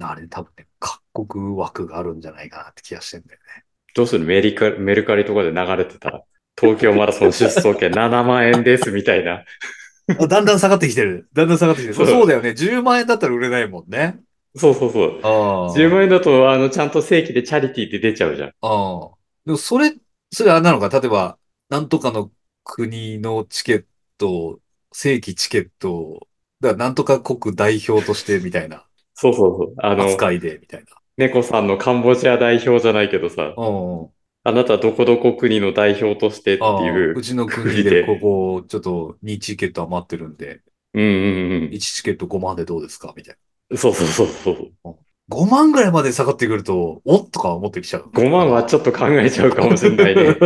B: あれ多分ね、各国枠があるんじゃないかなって気がしてんだよね。
A: どうするメリカ、メルカリとかで流れてたら、東京マラソン出走権7万円ですみたいな。
B: あだんだん下がってきてる。だんだん下がってきてる。そ
A: そうう
B: だよね。10万円だったら売れないもんね。
A: そうそうそう。
B: ああ。
A: 10万円だと、あの、ちゃんと正規でチャリティーって出ちゃうじゃん。
B: ああ。でもそれ、それあれなのか、例えば、なんとかの国のチケット、正規チケットを、だからなんとか国代表としてみたいな
A: そうそうそう。あの、
B: 扱いで、みたいな。
A: 猫さんのカンボジア代表じゃないけどさ、
B: うんうん
A: あなたどこどこ国の代表としてって
B: ああ
A: いう
B: う。ちの国
A: 国
B: で
A: で
B: ここ、ちょっと2チケット余ってるんで、
A: うんうん
B: 1チケット5万でどうですかみたい
A: うん。そうそうそうそう。
B: な。5万ぐらいまで下がってくると、おっとか思ってきちゃう。
A: 5万はちょっと考えちゃうかもしれないね。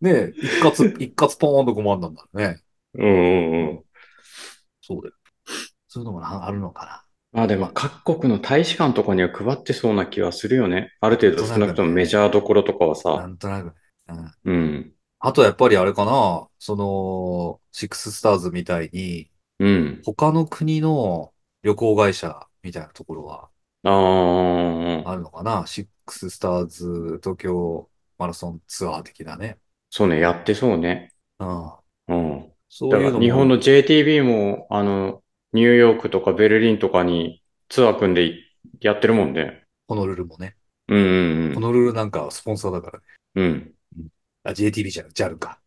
B: ね。ね、一括、一括ポーンと5万なんだね。
A: うんうんうん。
B: そうだよ。そういうのもなあるのか
A: まあでも各国の大使館とかには配ってそうな気はするよね。ある程度少なくともメジャーどころとかは
B: な。な
A: さ。
B: んとなく。う
A: う
B: ん、
A: ん。
B: あとやっぱりあれかな、その、シックススターズみたいに、
A: うん。
B: 他の国の旅行会社みたいなところは
A: ああ、
B: あるのかな。シックススターズ東京マラソンツアー的なね。
A: そうね、やってそうね。
B: うん。
A: うん。
B: そう
A: だ
B: い
A: か
B: うの
A: ら
B: も。
A: 日本の JTB も、あの、ニューヨークとかベルリンとかにツアー組んでやってるもんね。
B: ホノルルもね。
A: うんうん
B: ホノルルなんかスポンサーだからね。
A: うん。うん。
B: あ、JTB じゃなく JAL か。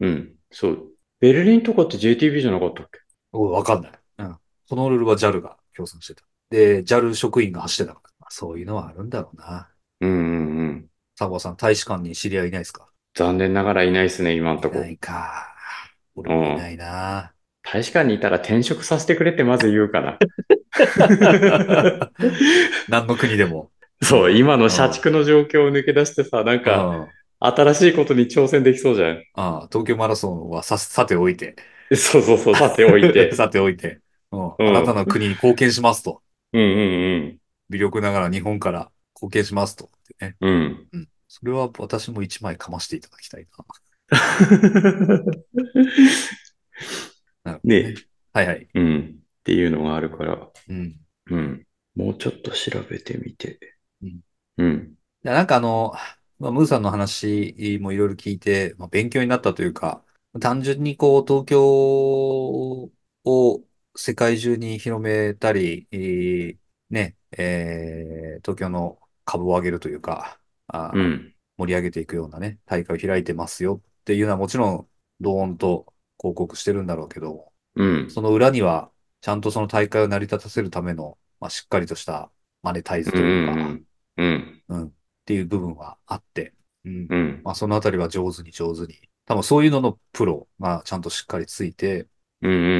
A: うん。そう。ベルリンとかって JTB じゃなかったっけ
B: おいわかんない。うん。ホノルルは JAL が協賛してた。で、JAL 職員が走ってたから。まあそういうのはあるんだろうな。
A: うんうんうん。
B: サボさん、大使館に知り合いいないですか
A: 残念ながらいないっすね、今んと
B: い
A: こ
B: な。いか。俺もいないな。
A: 大使館にいたら転職させてくれってまず言うかな。
B: 何の国でも。
A: そう、今の社畜の状況を抜け出してさ、なん
B: う
A: か、
B: ん。
A: 新しいことに挑戦できそうじゃん。
B: ああ、東京マラソンはさ、さておいて。
A: そうそうそう、さておいて。
B: さておいて。うん。
A: うん
B: あなたの国に貢献しますと。
A: うんうん
B: 微力ながら日本から貢献しますと。ね。
A: うん。うん。
B: それは私も一枚かましていただきたい な。なるほど
A: ね。
B: はいはい。
A: うん。っていうのがあるから。
B: うん。
A: うん。もうちょっと調べてみて
B: うん。
A: うん。
B: いやなんかあの、まあ、ムーさんの話もいろいろ聞いて、まあ、勉強になったというか、単純にこう、東京を世界中に広めたり、えーね、えー東京の株を上げるというか、あー
A: うん。
B: 盛り上げていくようなね、大会を開いてますよっていうのはもちろん、ドーンと広告してるんだろうけど、
A: うん。
B: その裏には、ちゃんとその大会を成り立たせるための、まあ、しっかりとしたマネタイズと
A: う
B: いうんか、
A: うん。
B: うん、っていう部分はあって、うん。
A: うん。
B: まあ、そのあたりは上手に上手に。多分そういうののプロがちゃんとしっかりついて、
A: うん。うん。
B: う
A: うん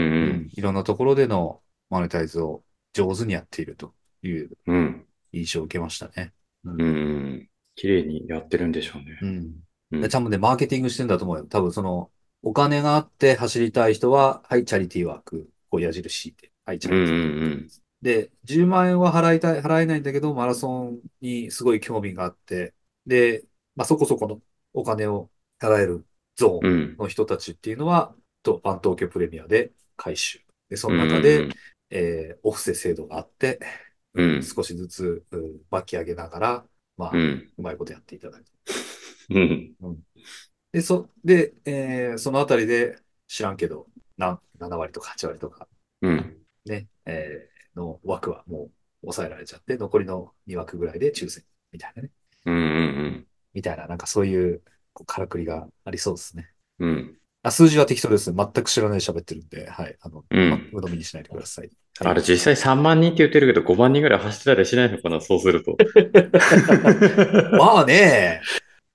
A: ん。
B: いろんなところでのマネタイズを上手にやっているという
A: うん。
B: 印象を受けましたね。
A: うん。綺麗にやってるんでしょうね。
B: うん。
A: うん
B: で多分ね、マーケティングしてんだと思うよ。多分その、お金があって走りたい人は、はい、チャリティーワーク、こう矢印で、はい、チャ
A: うん
B: リ
A: う
B: ティーワーク。
A: ん
B: で、10万円は払いたい、払えないんだけど、マラソンにすごい興味があって、で、まあ、そこそこのお金を払えるゾ
A: う
B: ーン
A: ん。
B: の人たちっていうのは、と、バン東京プレミアで回収。で、そ
A: うん。
B: の中
A: う
B: で、
A: ん
B: えーオフセ制度があって、
A: うん
B: 少しずつ、うん巻き上げながら、まあ、
A: う。
B: うんまいことやっていただく。
A: うん。
B: で、そ、で、えーそのあたりで、知らんけど、なん7割とか8割とか、
A: うん。
B: ね、えーの枠はもう抑えられちゃって、残りの2枠ぐらいで抽選みたいなね。
A: うん。うん。
B: みたいな、なんかそういうこうからくりがありそうですね。
A: うん。
B: あ、数字は適当です。全く知らないで喋ってるんで、はい。あの、
A: うん
B: ま鵜呑みにしないでください。
A: あれ実際3万人って言ってるけど5万人ぐらい走ってたりしないのかな、そうすると。
B: まあね、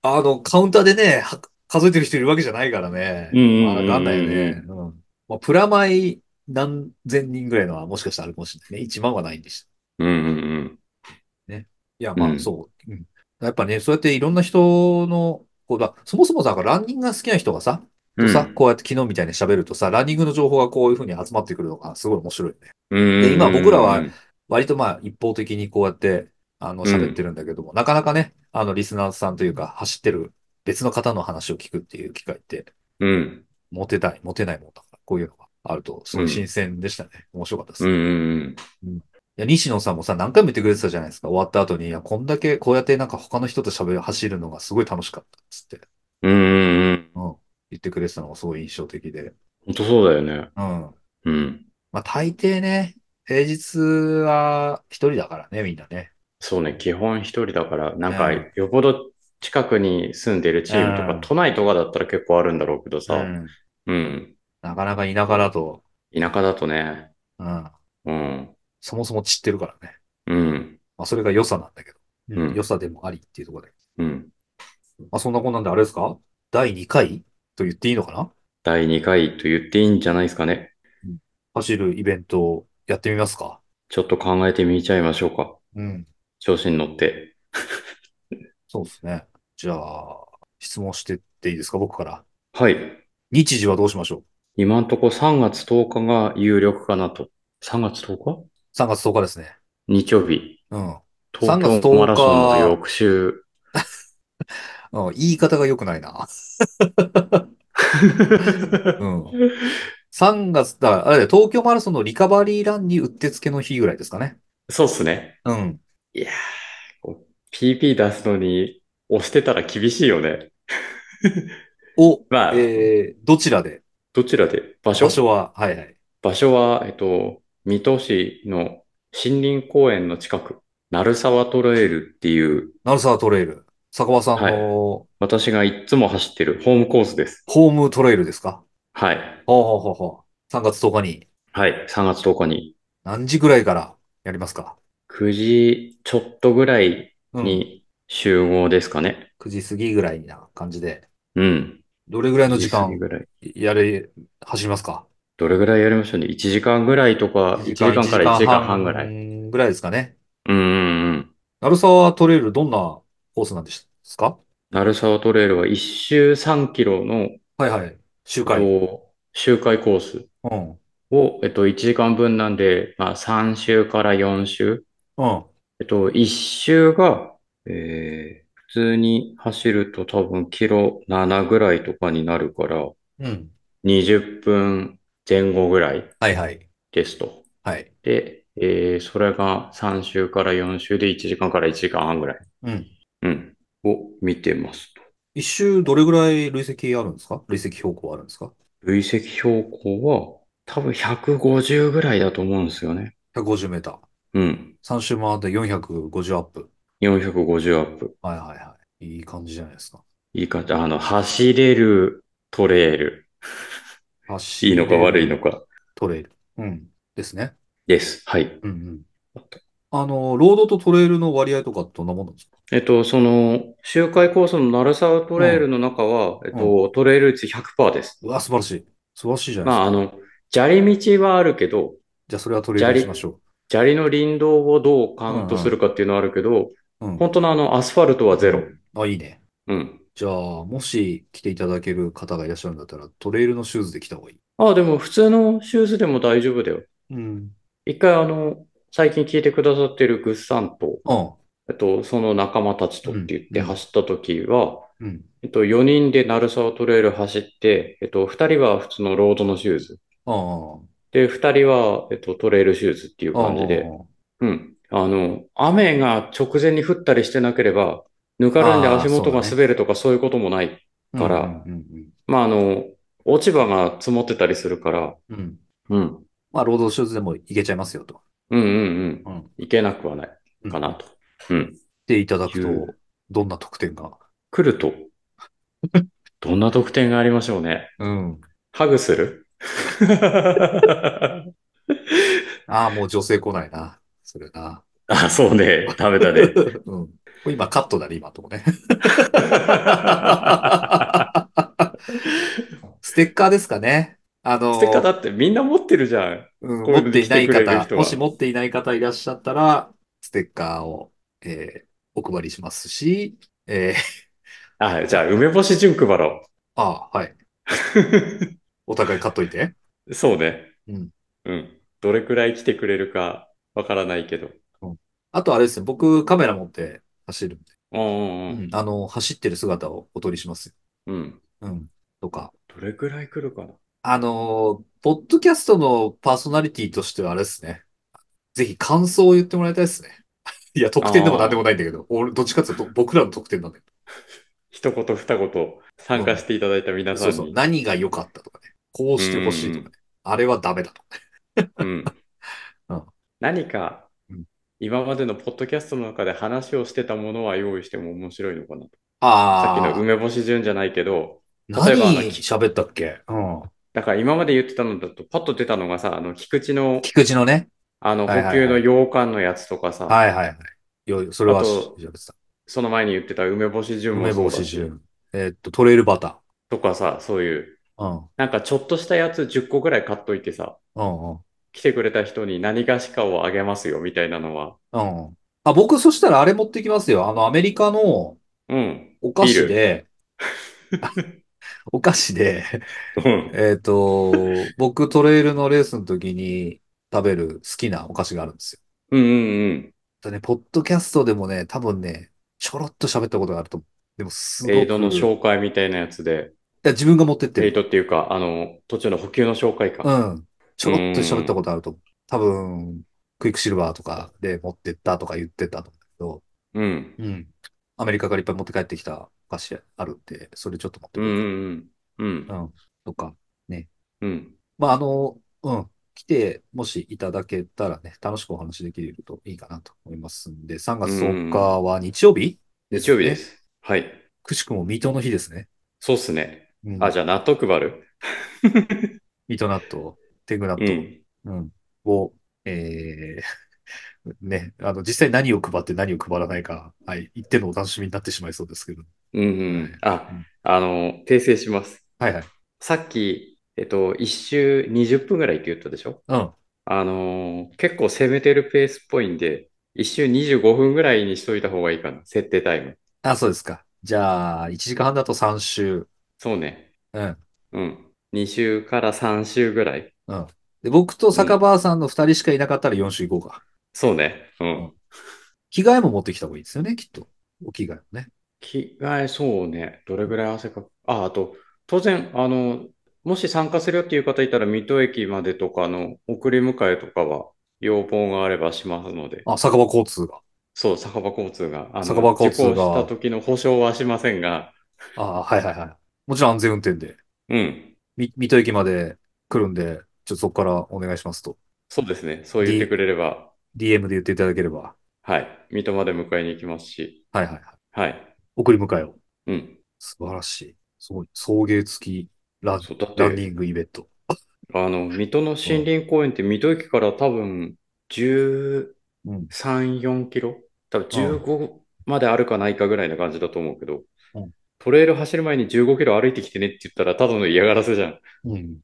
B: あの、カウンターでね、は数えてる人いるわけじゃないからね。
A: うんうんうんうん
B: まあわかんないよね。うん。まあ、プラマイ何千人ぐらいのはもしかしたらあるかもしれないね。1万はないんでした。
A: うんうん
B: いや、まあ、
A: うん
B: そう。うん。やっぱね、そうやっていろんな人の、こうだ、そもそもさ、ランニングが好きな人がさ、
A: うん。
B: とさ、こうやって昨日みたいに喋るとさ、ランニングの情報がこういうふうに集まってくるのがすごい面白いよね。
A: うん。
B: で今僕らは割とまあ一方的にこうやって、あの、喋ってるんだけども、なかなかね、あの、リスナーさんというか、走ってる別の方の話を聞くっていう機会って、
A: うん。
B: 持てたい、持てないもんだから、こういうのがあると、すごい新鮮でしたね。面白かったです。
A: うんう
B: い
A: ん
B: や、西野さんもさ、何回も言ってくれてたじゃないですか。終わった後に、いや、こんだけこうやってなんか他の人と喋る、走るのがすごい楽しかったっつって、
A: うん。うんうん。
B: うん。言ってくれてたのがすごい印象的で、
A: 本当そうだよね。
B: うん。
A: うん。
B: まあ、大抵ね、平日は一人だからね、みんなね。
A: そうね、基本一人だから、なんか
B: うん、
A: よほど近くに住んでるチームと
B: う
A: か
B: ん、
A: 都内とかだったら結構あるんだろうけど
B: う
A: さ、
B: ん
A: うん。
B: なかなか田舎だと、
A: 田舎だとね、
B: うん、
A: うん。
B: そもそも散ってるからね。
A: うん。
B: まあ、それが良さなんだけど、
A: うん
B: 良さでもありっていうところで。
A: うん。
B: まあ、そんなこんなんであれですか第2回と言っていいのかな
A: 第2回と言っていいんじゃないですかね。
B: 走るイベントをやってみますか
A: ちょっと考えてみちゃいましょうか。
B: うん。
A: 調子に乗って。
B: そうですね。じゃあ、質問してっていいですか僕から。
A: はい。
B: 日時はどうしましょう
A: 今んとこ3月10日が有力かなと。3月10日
B: ?3 月10日ですね。
A: 日曜日。
B: うん。
A: 東
B: 3月
A: 京
B: 10日
A: マラソンの翌 週。
B: うん言い方が良くないな。うん。3月、だから、あれだよ東京マラソンのリカバリーランにうってつけの日ぐらいですかね。
A: そうっすね。
B: うん。
A: いやーこう PP 出すのに押してたら厳しいよね。
B: を、
A: まあ、
B: えー、どちらで
A: どちらで場所
B: 場所は、はいはい。
A: 場所は、えっと、水戸市の森林公園の近く、鳴沢トレイルっていう、
B: 鳴沢トレイル。坂場さんの
A: 私がいつも走ってるホームコースです。
B: ホームトレイルですか、
A: はい。
B: ほうほうほうほう。3月10日に
A: はい。3月10日に、
B: 何時ぐらいからやりますか
A: 9時ちょっとぐらい
B: うん。
A: に集合ですかね。
B: 9時過ぎぐらいな感じで。
A: うん。
B: どれぐらいの時
A: 9過ぎ
B: 間
A: ぐらい。
B: やれ、走りますか
A: どれぐらいやりましょうね。1時間ぐらいとか、1時間から1時間半ぐらい。
B: い。ぐらいですかね。
A: うんうんうん。
B: 鳴沢トレイルどんなコースなんですか
A: 鳴沢トレイルは1周3キロの、
B: はいはい。
A: え
B: 周
A: っ
B: 回。
A: と周回コース。
B: うん。
A: を、えっと、1時間分なんで、まあ、3週から4週。
B: うん。
A: えっと、1週が、えー、普通に走ると多分キロ7ぐらいとかになるから、
B: うん。
A: 20分前後ぐらい
B: はいはい。
A: ですと。
B: はい。
A: で、えー、それが3週から4週で1時間から1時間半ぐらい。
B: うん。
A: うん。を見てますと。
B: 一周どれぐらい累積あるんですか累積標高あるんですか
A: 累積標高は多分150ぐらいだと思うんですよね。
B: ?150 メーター。
A: うん。
B: 3周回って450アップ。
A: 450アップ。
B: はいはいはい。いい感じじゃないですか。
A: いい感じ。あの、走れるトレイル。
B: 走
A: いいのか
B: れる
A: 悪いのか。
B: トレイル。うん。ですね。
A: です。はい。
B: うんうん。あの、ロードとトレイルの割合とかどんなもんなんですか
A: えっと、その、周回コースの鳴沢トレイルの中は、えっと、トレイル率100%です。
B: うわ、素晴らしい。素晴らしいじゃないです
A: まあ、
B: か。
A: あの、砂利道はあるけど、
B: じゃあ、それはトレイルにしましょ
A: 砂利の林道をどうカウントするかっていうのはあるけど、
B: う。うん。
A: 本当のあの、アスファルトはゼロ。
B: あ、いいね。
A: うん。
B: じゃあ、もし来ていただける方がいらっしゃるんだったら、トレイルのシューズで来た方がいい。
A: ああ、でも普通のシューズでも大丈夫だよ。
B: うん。
A: 一回あの、最近聞いてくださってるグッサンと、
B: うん。
A: えっと、その仲間たちとって言って走った時は、
B: うん。
A: えっと、4人で鳴沢トレイル走って、えっと、2人は普通のロードのシューズ。
B: ああ。
A: で、2人は、えっと、トレイルシューズっていう感じで。うん。あの、雨が直前に降ったりしてなければ、ぬかるんで
B: あー
A: 足元が
B: そうだね
A: 滑るとかそういうこともない。
B: うん
A: から
B: うんうん
A: まあ、あの、落ち葉が積もってたりするから、
B: うん。う
A: う
B: ん。
A: ん。
B: まあ、ロードシューズでもいけちゃいますよと。
A: うんうん
B: う
A: うんん。いけなくはないかなと。うん。
B: でいただく
A: い
B: と
A: う、
B: どんな特典が。
A: 来ると、 どんな特典がありましょうね。
B: うん。
A: ハグする
B: ああ、もう女性来ないな。それな。
A: あ、そうね。ダメだね。
B: うん。これ今カットだね、今のと こね。ステッカーですかね。あの、
A: ステッカーだってみんな持ってるじゃん。
B: うん
A: こういうの
B: 持っていない
A: 来てくれる
B: 方、
A: 人は
B: もし持っていない方いらっしゃったら、ステッカーを、えーお配りしますし、えー
A: あ、じゃあ、梅干し純配 ろ
B: ああ、はい。お互い買っといて。
A: う。そうね。
B: うん。
A: うん。どれくらい来てくれるかわからないけど。
B: あとあれですね、僕カメラ持って走るんで、
A: うんうん
B: うんあの、走ってる姿をお撮りしますよ。
A: うん。うん。
B: うん。とか。
A: どれくらい来るかな。
B: あのー、ポッドキャストのパーソナリティとしてはあれですね。ぜひ感想を言ってもらいたいですね。 いや、特典でもなんでもないんだけど、俺、どっちかっていうと僕らの特典なんだけ
A: 一言二言参加していただいた皆
B: ど。
A: さ
B: そ
A: んに。
B: うそう。何が良かったとかね。こうしてほしいとかね。あれはダメだとかね。
A: うん
B: うん
A: 何か
B: うん
A: 今までのポッドキャストの中で話をしてたものは用意しても面白いのかなと。さっき
B: あ
A: の梅干し順じゃないけど、
B: あ、
A: 例えばあの
B: 何喋ったっけうん。
A: だから今まで言ってたのだとパッと出たのがさ、あの菊池の
B: 菊池のね。
A: あの
B: はい
A: 補
B: はいは
A: 給
B: い
A: の洋館のやつとかさ、
B: はいはいはい。よい、それは
A: あと
B: 喋ってた。
A: その前に言ってた梅干し順も
B: 梅
A: そう
B: 干
A: だ
B: し
A: し
B: 中。えっと、トレイルバタ
A: とかさ、そういう、
B: ー。
A: なんかちょっとしたやつ10個ぐらい買っといてさ、
B: うん。うんうん。
A: 来てくれた人に何がしかをあげますよみたいなのは、
B: うん。あ、僕、そしたらあれ持ってきますよ。あの、アメリカの
A: うん、
B: お菓子で、 お菓子で、
A: うん。
B: えっ、と、僕トレイルのレースの時に食べる好きなお菓子があるんですよ。
A: うんうん
B: とね、ポッドキャストでもね、多分ね、ちょろっと喋ったことがあると思う。でも、す
A: うん。
B: ご
A: エイドの
B: く、い
A: 紹介みたいなやつで、
B: や、自分が持ってって
A: エイ
B: る。
A: ドっていうか、あの、途中の補給の紹介
B: う
A: か。
B: ん。ちょろっと喋ったことあると思う。多分、クイックシルバーとかで持ってったとか言ってたと思
A: うん。
B: うんだけど、うん。アメリカからいっぱい持って帰ってきたお菓子あるんで、それちょっと持って
A: うん
B: く
A: う
B: る
A: んうん。
B: とか。
A: うん。うん。
B: まあ、あの、うん。来て、もしいただけたらね、楽しくお話できるといいかなと思いますんで、3月10日は日曜日で
A: 日曜日です
B: ね。
A: す。はい。
B: くしくも水戸の日ですね。
A: そうっすね。
B: うん
A: あ、じゃあ納豆配る。
B: 水戸納豆、天狗納
A: う
B: 豆、
A: ん。
B: うん、を、えー ね、あの、実際何を配って何を配らないか、はい、一定のお楽しみになってしまいそうですけど。
A: うんうん。あ
B: うん、
A: あの、訂正します。
B: はいはい。
A: さっき、えっと、一周20分ぐらいって言ったでしょ
B: うん。
A: あのー結構攻めてるペースっぽいんで、一周25分ぐらいにしといた方がいいかな。設定タイム。
B: あ、そうですか。じゃあ、1時間半だと3週。
A: そうね。
B: うん。
A: うん。2周から3周ぐらい。
B: で、僕と坂場さんの2人しかいなかったら4週行こうか。
A: そうね。うん。
B: 着替えも持ってきた方がいいですよね、きっと。お着替えもね。
A: 着替え、そうね。どれぐらい汗かく。あ、あと、当然、あの、もし参加するよっていう方いたら、水戸駅までとかの送り迎えとかは、要望があればしますので、
B: あ、酒場交通が。
A: そう、酒場交通が、あの、
B: 酒場交通が
A: 事故した時の保証はしませんが、
B: あ、はいはいはい。もちろん安全運転で。
A: うん、
B: み、水戸駅まで来るんで、ちょっとそこからお願いしますと。
A: そうですね。そう言ってくれれば、
B: DM で言っていただければ。
A: はい、水戸まで迎えに行きますし、
B: はいはいは
A: は
B: い。
A: い、
B: 送り迎えを。
A: うん、
B: 素晴らしい。すごい。送迎付きラン、
A: そう、だっ
B: ラン
A: て、
B: ニングイベント。
A: あの、水戸の森林公園って水戸駅から多分13、
B: うん。
A: 4キロ多分15まであるかないかぐらいな感じだと思うけど
B: うん、
A: トレイル走る前に15キロ歩いてきてねって言ったらただの嫌がらせじゃん。
B: うん。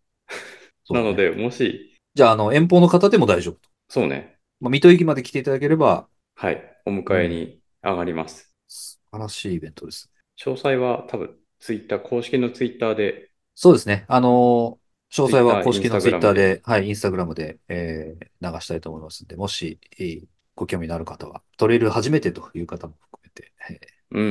B: そう
A: な
B: だね
A: の。で、もし、
B: じゃあ、あの、遠方の方でも大丈夫と。
A: そうね、
B: まあ、水戸駅まで来ていただければ、
A: はい、お迎えに上がります。
B: 素晴らしいイベントです。
A: 詳細は多分ツイッター、公式のツイッターで、
B: そうですね。あのー詳細は公式のツイ
A: Twitter
B: ッターで、はい、インスタグラムで、えー流したいと思いますので、もし、えーご興味のある方は、トレイル初めてという方も含めて、えー
A: うんう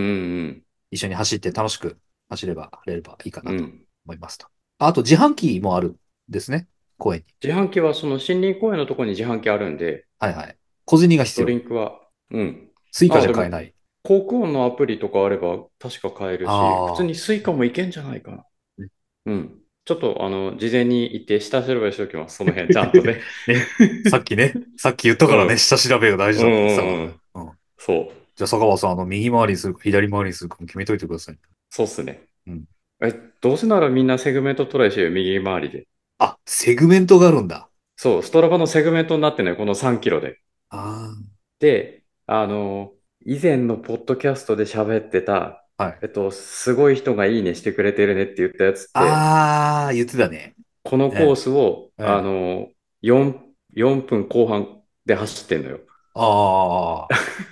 A: ん
B: 一緒に走って楽しく走れば、れればいいか
A: う、
B: なん
A: う
B: と
A: ん。
B: 思いますと。あと、自販機もあるんですね。公園に。
A: 自販機はその森林公園のところに自販機あるんで、
B: はいはい。小銭が必
A: ド
B: 要
A: リ。ンクは、うん。
B: スイカじゃ買えない。
A: 航空音のアプリとかあれば確か買えるし
B: あー、
A: 普通にスイカもいけんじゃないかな
B: うん。
A: うん。ちょっとあの、事前に行って下調べしておきます。その 辺ちゃんとね。
B: さっ きね、さっき言ったから
A: う
B: ね、
A: ん
B: 下調べが大事だって言ってたから
A: うん
B: ねうん
A: そう。
B: じゃあ、坂場さん、あの、右回りにするか、左回りにするかも決めといてください。
A: そうっすね。
B: うん
A: え、どうせならみんなセグメントトライしようよ、右回りで。
B: あ、セグメントがあるんだ。
A: そう、ストラバのセグメントになってね、この3キロで。
B: あ
A: で、あの、以前のポッドキャストで喋ってた、
B: あ。はい。
A: えっと、すごい人がいいねしてくれてるねって言ったやつって、
B: ああ、言ってたね。
A: このコースを、
B: ええ
A: あの、4、4分後半で走ってんのよ。
B: あ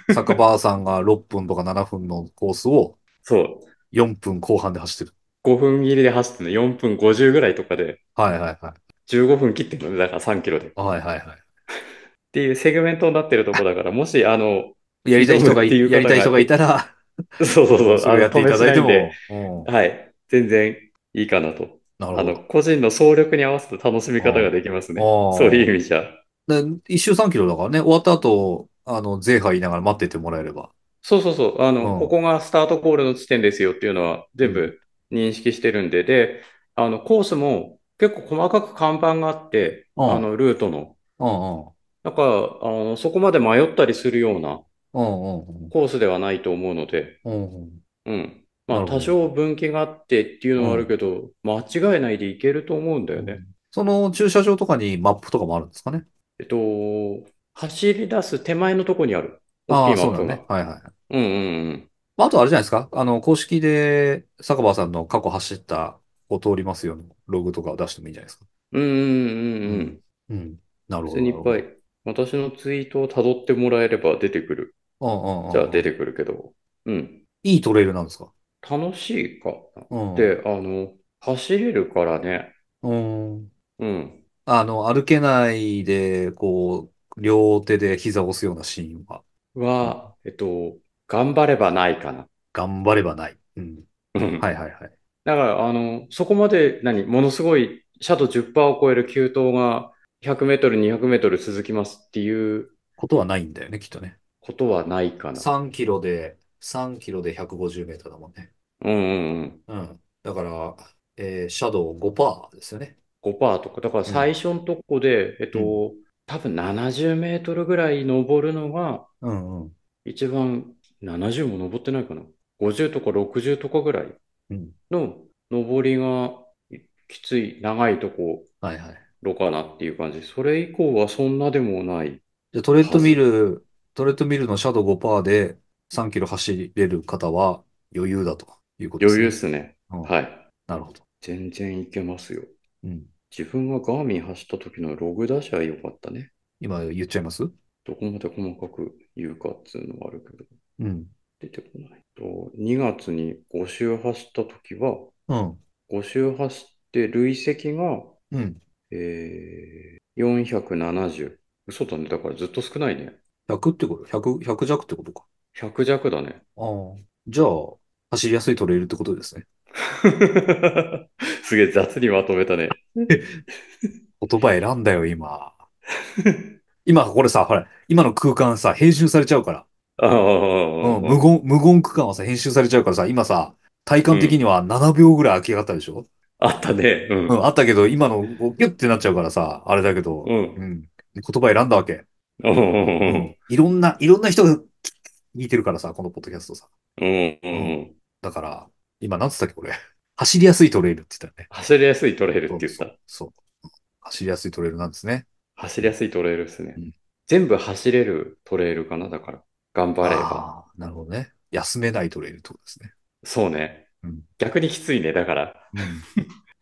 B: あ。坂場さんが6分とか7分のコースを
A: そう。
B: 4分後半で走ってる。
A: 5分切りで走ってんの。4分50ぐらいとかで、
B: はいはいはい。
A: 15分切ってんのね。だから3キロで。っ
B: はいはいは
A: ていうセグメントになってるとこだから、もし、あの、
B: い。やりたい人がい、
A: 挑むっていう方が
B: やりたい人がいたら、
A: そうそうそう、
B: それを
A: あ
B: やっていただいて
A: の、
B: も、
A: 試しない
B: うん
A: んではい。全然いいかなと。
B: なる
A: あ
B: ほ
A: の、個人の総力に合わせた楽しみ方ができますね。
B: ど。ああ。
A: そういう意味じゃ。
B: で、一周3キロだからね、終わった後、あの、ゼーハ言いながら待っててもらえれば。
A: そうそうそう。あの、
B: うん
A: ここがスタートゴールの地点ですよっていうのは全部認識してるんで、で、あの、コースも結構細かく看板があって、
B: うん
A: あの、ルートの。
B: うんうん。
A: なんか、あの、そこまで迷ったりするような
B: うんうん
A: コースではないと思うので、
B: うん。うんうん。
A: うん。ま
B: な
A: あ、
B: るほど
A: 多少分岐があってっていうのはあるけど、間違えないでいけると思うんだよね。
B: その駐車場とかにマップとかもあるんですかね。
A: えっと、走り出す手前のとこにある。
B: あ
A: 大
B: あ、
A: きい
B: そ
A: マ
B: う
A: ップ
B: だよ
A: が。
B: ね。はいはい。
A: うんうんうん。
B: まあ、あとあれじゃないですか。あの、公式で坂場さんの過去走ったを通りますよのログとかを出してもいいんじゃないですか。
A: うんうんうんうん。
B: うん。なる
A: 普通
B: ほど。
A: にいっぱい、私のツイートを辿ってもらえれば出てくる。
B: なるほど。うんうんうん。
A: じゃあ出てくるけど。うん。
B: いいトレイルなんですか
A: 楽しいか。
B: うん。
A: で、あの、走れるからね。
B: うん。
A: うん。
B: あの、歩けないで、こう、両手で膝を押すようなシーンは、
A: は、えっと、頑張ればないかな。
B: 頑張ればない。うん。
A: うん
B: はいはいはい。
A: だから、あの、そこまで、何、ものすごい、斜度10%を超える急登が100メートル、200メートル続きますっていう
B: ことはないんだよね、きっとね。
A: ことはないかな。
B: 3キロで、3キロで150メーターだもんね。
A: うんうんうん。
B: うん。だから、えーシャドウ5%ですよね。
A: 5%とか。だから最初のとこで、えっと、多分70メートルぐらい登るのが、
B: うんうん。
A: 一番、70も登ってないかな。50とか60とかぐらい
B: うん。
A: の登りがきつい、長いとこ
B: はいはい。
A: ろかなっていう感じ。それ以降はそんなでもない。
B: じゃあトレッドミル、トレッドミルのシャドウ5%で3キロ走れる方は余裕だということです
A: 余裕っ
B: ね。
A: すね。
B: うん
A: はい。
B: なるほど。
A: 全然いけますよ。
B: うん。
A: 自分がガーミン走った時のログ出しは良かったね。
B: 今言っちゃいます
A: どこまで細かく言うかっていうのはあるけど、
B: うん。
A: 出てこない。と2月に5周走った時は、
B: うん。
A: 5周走って累積が、
B: うん。
A: えー、470。嘘だね。だからずっと少ないね。
B: 100ってこと ?100、100弱ってことか。
A: 100弱だ ね。
B: ああ。じゃあ、走りやすいトレイルってことですね。
A: すげえ雑にまとめたね。
B: 言葉選んだよ、 今。今、これさ、ほら、今の空間さ、編集されちゃうから。
A: ああ、
B: うん、無言、無言区間はさ、編集されちゃうからさ、今さ、体感的には7秒ぐらい空きがあったでしょ、
A: あったね。う。
B: うんん、あったけど、今のこうギュッてなっちゃうからさ、あれだけど、
A: うん。
B: うん、言葉選んだわけ。
A: うんうん
B: う
A: うん。
B: いろんな、いろんな人が聞いてるからさ、このポッドキャストさ。
A: うんうんうん。
B: だから、今なんつったっけ、これ。走りやすいトレイルって言ったよね。
A: 走りやすいトレイルって言っ
B: そう
A: た。
B: そうそう。走りやすいトレイルなんですね。
A: 走りやすいトレイルですね
B: うん。
A: 全部走れるトレイルかな、だから。頑張れば。
B: ああ、なるほどね。休めないトレイルってことですね。
A: そうね
B: うん。
A: 逆にきついね、だから。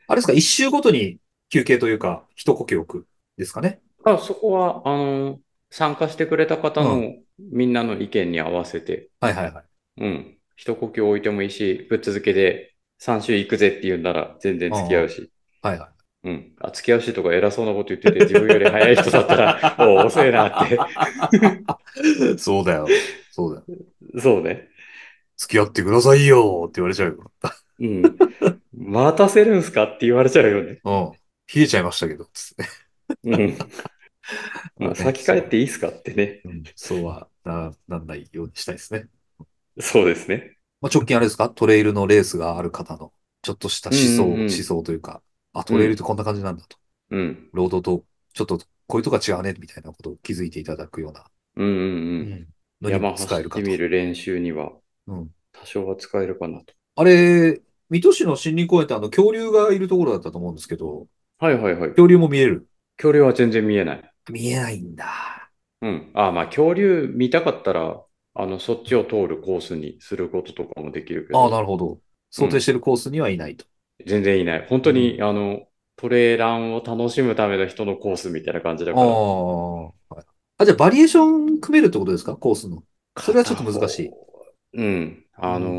B: あれですか、一周ごとに休憩というか、一呼吸置くですかね。
A: あ、そこは、あの、参加してくれた方のみんなの意見に合わせて、
B: はいはいはい。
A: うん。一呼吸置いてもいいし、ぶっ続けで3週行くぜって言うなら全然付き合うし。
B: はいはい。
A: うん。あ、付き合うしとか偉そうなこと言ってて、自分より早い人だった ら、おう遅えなって。
B: そうだよ。そうだよ。
A: そうね。
B: 付き合ってくださいよって言われちゃう
A: うん。待たせるんすかって言われちゃうよね。
B: よ。うん。冷えちゃいましたけど、つって。
A: うん。まあ、先帰っていいっすかってね。
B: うん、そうはな、なんないようにしたいですね。
A: そうですね。
B: まあ、直近あれですかトレイルのレースがある方の、ちょっとした思想、
A: うんうんうん
B: 思想というか、あ、トレイルってこんな感じなんだと。
A: うん。
B: ロードと、ちょっとこういうとこが違うね、みたいなことを気づいていただくような、
A: うんうん
B: う
A: うん。
B: ん、のに
A: 山
B: も使え
A: 走
B: るか
A: っ
B: と
A: てみ。る練習には、
B: うん
A: 多少は使えるかなと。
B: あれ、水戸市の森林公園ってあの恐竜がいるところだったと思うんですけど、
A: はいはいはい。
B: 恐竜も見える。
A: 恐竜は全然見えない。
B: 見えないんだ。
A: うん。あ、まあ、恐竜見たかったら、あの、そっちを通るコースにすることとかもできるけ
B: ああ、
A: ど、
B: なるほど。想定してるコースにはいないと。
A: 全然いない。本当に、あの、トレーランを楽しむための人のコースみたいな感じだから。
B: ああ、はいあ、じゃあバリエーション組めるってことですかコースの。それはちょっと難しい
A: 片方。うん。あの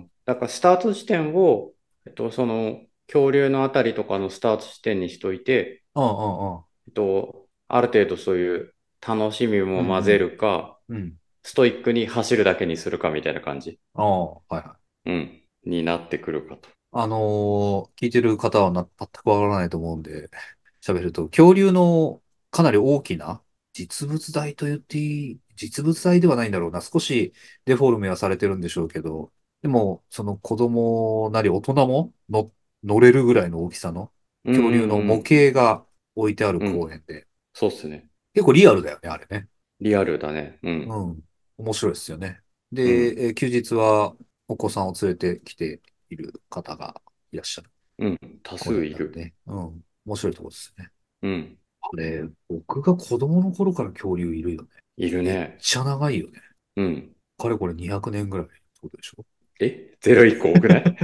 A: ーだからスタート地点を、えっと、その、恐竜のあたりとかのスタート地点にしといて、
B: うんうん
A: えっと、ある程度そういう楽しみも混ぜるか、
B: うん。うん。
A: ストイックに走るだけにするかみたいな感じ、
B: ああ、はいはい。
A: うん、になってくるかと。
B: あのー聞いてる方はな全くわからないと思うんで、喋ると、恐竜のかなり大きな実物大と言っていい、実物大ではないんだろうな。少しデフォルメはされてるんでしょうけど、でも、その子供なり大人もの乗れるぐらいの大きさの恐竜の
A: うんうんう
B: 模
A: ん
B: 型が置いてある公園で、
A: そうっすね。
B: 結構リアルだよね、あれね。
A: リアルだね。うん。
B: うん。面白いですよね。で、えー休日はお子さんを連れてきている方がいらっしゃる。
A: うん。多数いる。
B: ね。うん。面白いところですよね。
A: うん。
B: あれ、僕が子供の頃から恐竜いるよね。
A: いる
B: めっ
A: ね。
B: ちゃ長いよね。
A: うん。
B: かれこれ200年ぐらいってことでしょ
A: え、ゼロ一個多くない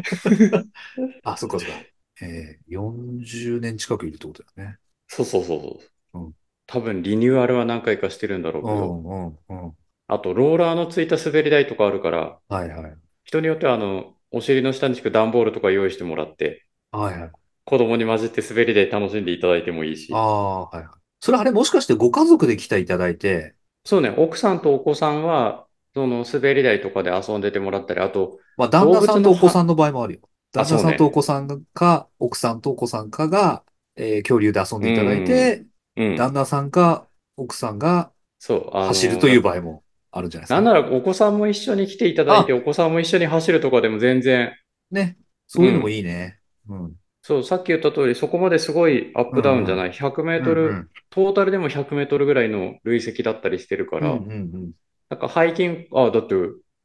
B: あ、そっかそっか。えー、40年近くいるってことだよね。
A: そうそうそうそう。
B: うん
A: 多分リニューアルは何回かしてるんだろうけ
B: う
A: ど、
B: んうんうん。
A: あと、ローラーのついた滑り台とかあるから、
B: はいはい。
A: 人によっては、あの、お尻の下に敷く段ボールとか用意してもらって、
B: はいはい。
A: 子供に混じって滑りで楽しんでいただいてもいいし
B: あ、あ、はいはい。それあれもしかしてご家族で来ていただいて、
A: そうね、奥さんとお子さんは、その滑り台とかで遊んでてもらったり、あと、
B: まあ、旦那さん
A: 動
B: と
A: 物の
B: お子さんの場合もあるよ。
A: あ
B: 旦那さん
A: そう
B: と
A: ね
B: お子さんか、奥さんとお子さんかが、えー恐竜で遊んでいただいて、
A: うん、
B: 旦那さんか奥さんが
A: そう、あの、
B: 走るという場合もあるんじゃないです
A: な
B: か。
A: んならお子さんも一緒に来ていただいて、お子さんも一緒に走るとかでも全然、
B: ね。そういうのもいいね。うん。
A: そう、さっき言った通り、そこまですごいアップダウンじゃない。100メート
B: うんう
A: ル、
B: ん
A: トータルでも100メートルぐらいの累積だったりしてるか
B: うん
A: ら、
B: うん
A: なんか背筋、あ、だって、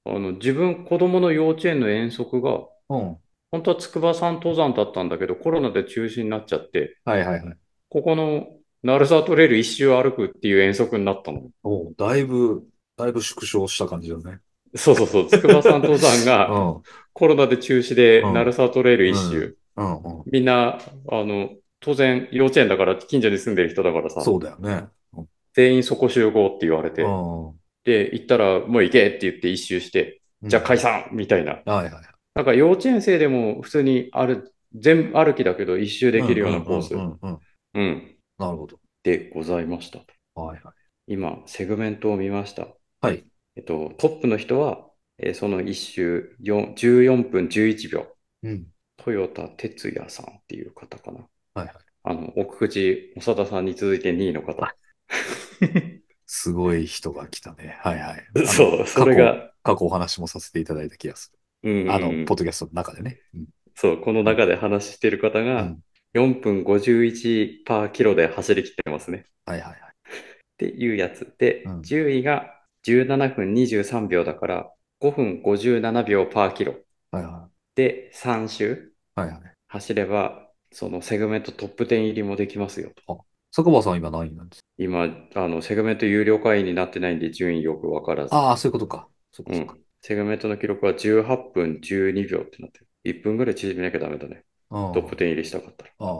A: あの、自分、子供の幼稚園の遠足が、
B: うん。うん。
A: 本当は筑波山登山だったんだけど、コロナで中止になっちゃって、
B: はいはいはい。
A: ここの鳴沢トレイル一周歩くっていう遠足になったの。
B: おうだいぶ、だいぶ縮小した感じだね。
A: そうそう そう、筑波山登山
B: う
A: が
B: ん。
A: コロナで中止で
B: うん
A: 鳴沢トレイル一周。
B: うんうん。
A: みんな、あの、当然幼稚園だから近所に住んでる人だからさ、
B: そうだよね。うん
A: 全員そこ集合って言われて、で、行ったらもう行けって言って一周して、
B: うん。
A: じゃあ解散みたいな。
B: はいはいはい。
A: なんか幼稚園生でも普通にある、全部歩きだけど一周できるようなコース。
B: うんうんうんうん
A: うん。
B: なるほど。
A: でございました。
B: はいはい。
A: 今、セグメントを見ました。
B: はい。
A: えっと、トップの人は、えーその一周4 14分11秒、
B: うん。
A: 豊田哲也さんっていう方かな。
B: はいはい。
A: あの、奥口長田さんに続いて2位の方。
B: すごい人が来たね。はいはい。あの
A: そう、それが、
B: 過去お話もさせていただいた気がす
A: うんうん
B: る。あの、
A: うん
B: ポッドキャストの中でね。うん
A: そう、この中で話してる方
B: う
A: が
B: ん、
A: 4分51パーキロで走り切ってますね。
B: はいはいはい。
A: っていうやつ。で、
B: うん
A: 10位が17分23秒だから、5分57秒パーキロ
B: はいは
A: で3周
B: い。はいはい。
A: 走れば、そのセグメントトップ10入りもできますよと。
B: 坂場さんは今何位なんですか
A: 今、あの、セグメント有料会員になってないんで順位よくわからず。
B: ああ、そういうことか。そうか
A: う
B: そうか
A: ん。セグメントの記録は18分12秒ってなってる。1分ぐらい縮めなきゃダメだね。
B: うん
A: トップ10入りしたかったら。
B: ああ。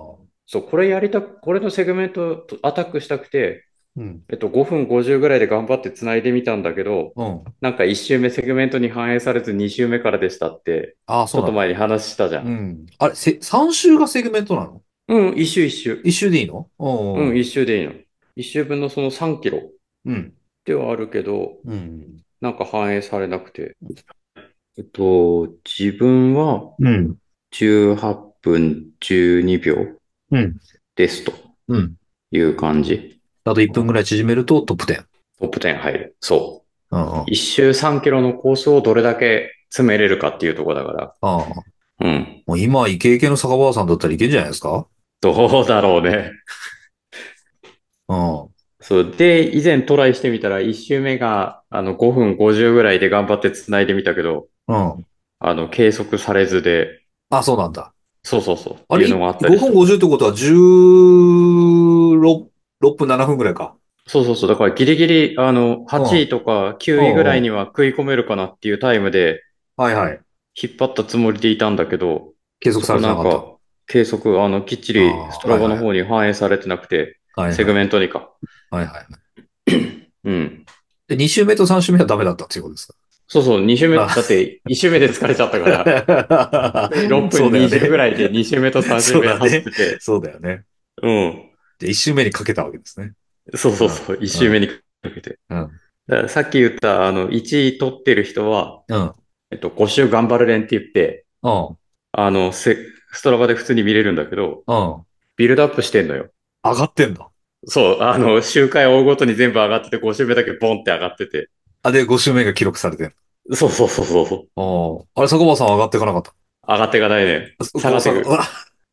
A: そう、これやりたく、これのセグメントとアタックしたくて、
B: うん。
A: えっと、5分50ぐらいで頑張って繋いでみたんだけど、
B: うん。
A: なんか1周目セグメントに反映されず2周目からでしたって、
B: ああ、
A: ち
B: そ
A: ょ
B: う
A: っ
B: な
A: と
B: んだ。
A: 前に話したじゃ。
B: うんん。あれ、せ、3周がセグメントなの
A: うん、1周1周。
B: 一周でいいのうん
A: うん、
B: うん。
A: 1周でいいの。1周分のその3キロ
B: うん。
A: ではあるけど、
B: うん。
A: なんか反映されなくて。えっと、自分は
B: うん。
A: 18分12秒
B: うん。
A: ですと
B: うん。
A: いう感じ。
B: あと1分ぐらい縮めるとトップ10。
A: トップ10入る。そう。
B: うんうん。
A: 一周3キロのコースをどれだけ詰めれるかっていうところだか
B: ああ。
A: ら。うん。
B: もう今、イケイケの坂場さんだったらいけんじゃないですか
A: どうだろうね。
B: うん。
A: そう。で、以前トライしてみたら、一周目が、あの、5分50ぐらいで頑張って繋いでみたけど、
B: うん。
A: あの、計測されずで、
B: あ、そうなんだ。
A: そうそうそう、
B: あ
A: って
B: れ、
A: いう
B: 5
A: のがあったりして
B: 分50ってことは16、6分7分ぐらいか。
A: そうそうそう。だからギリギリ、あの、8位とか9位ぐらいには食い込めるかなっていうタイムで
B: はいはい。
A: 引っ張ったつもりでいたんだけど、
B: 計測されてなか
A: そこなんか、計測、あの、きっちり
B: あー
A: ストラバの方に反映されてなくて、
B: った。はい
A: セグメントにか。
B: はいはい。
A: うん。
B: で、2周目と3周目はダメだったっていうこ とですか
A: そうそう、2周目、
B: あ
A: だって1周目で疲れちゃった から、6分
B: そうだよ
A: 20ぐらいで
B: ね。
A: 2周目と3周目走ってて、
B: そうだよね。
A: うん。
B: で、1周目にかけたわけですね。
A: そうそうそう、1周目にかけて。
B: うん
A: だからさっき言った、あの、1位取ってる人は、
B: うん。うん。
A: えっと、5周頑張る連って言って、あの、せストラバで普通に見れるんだけど、
B: うん。上
A: ビルドアップしてんのよ。
B: がってんだ。
A: そう、あの、周回を追うごとに全部上がってて、5周目だけボンって上がってて。
B: あ、で、5周目が記録されてる。
A: そうそうそうそうそう。
B: あーあれ、坂場さん上がっていかなかった。
A: 上がってがないね。下がってく
B: あ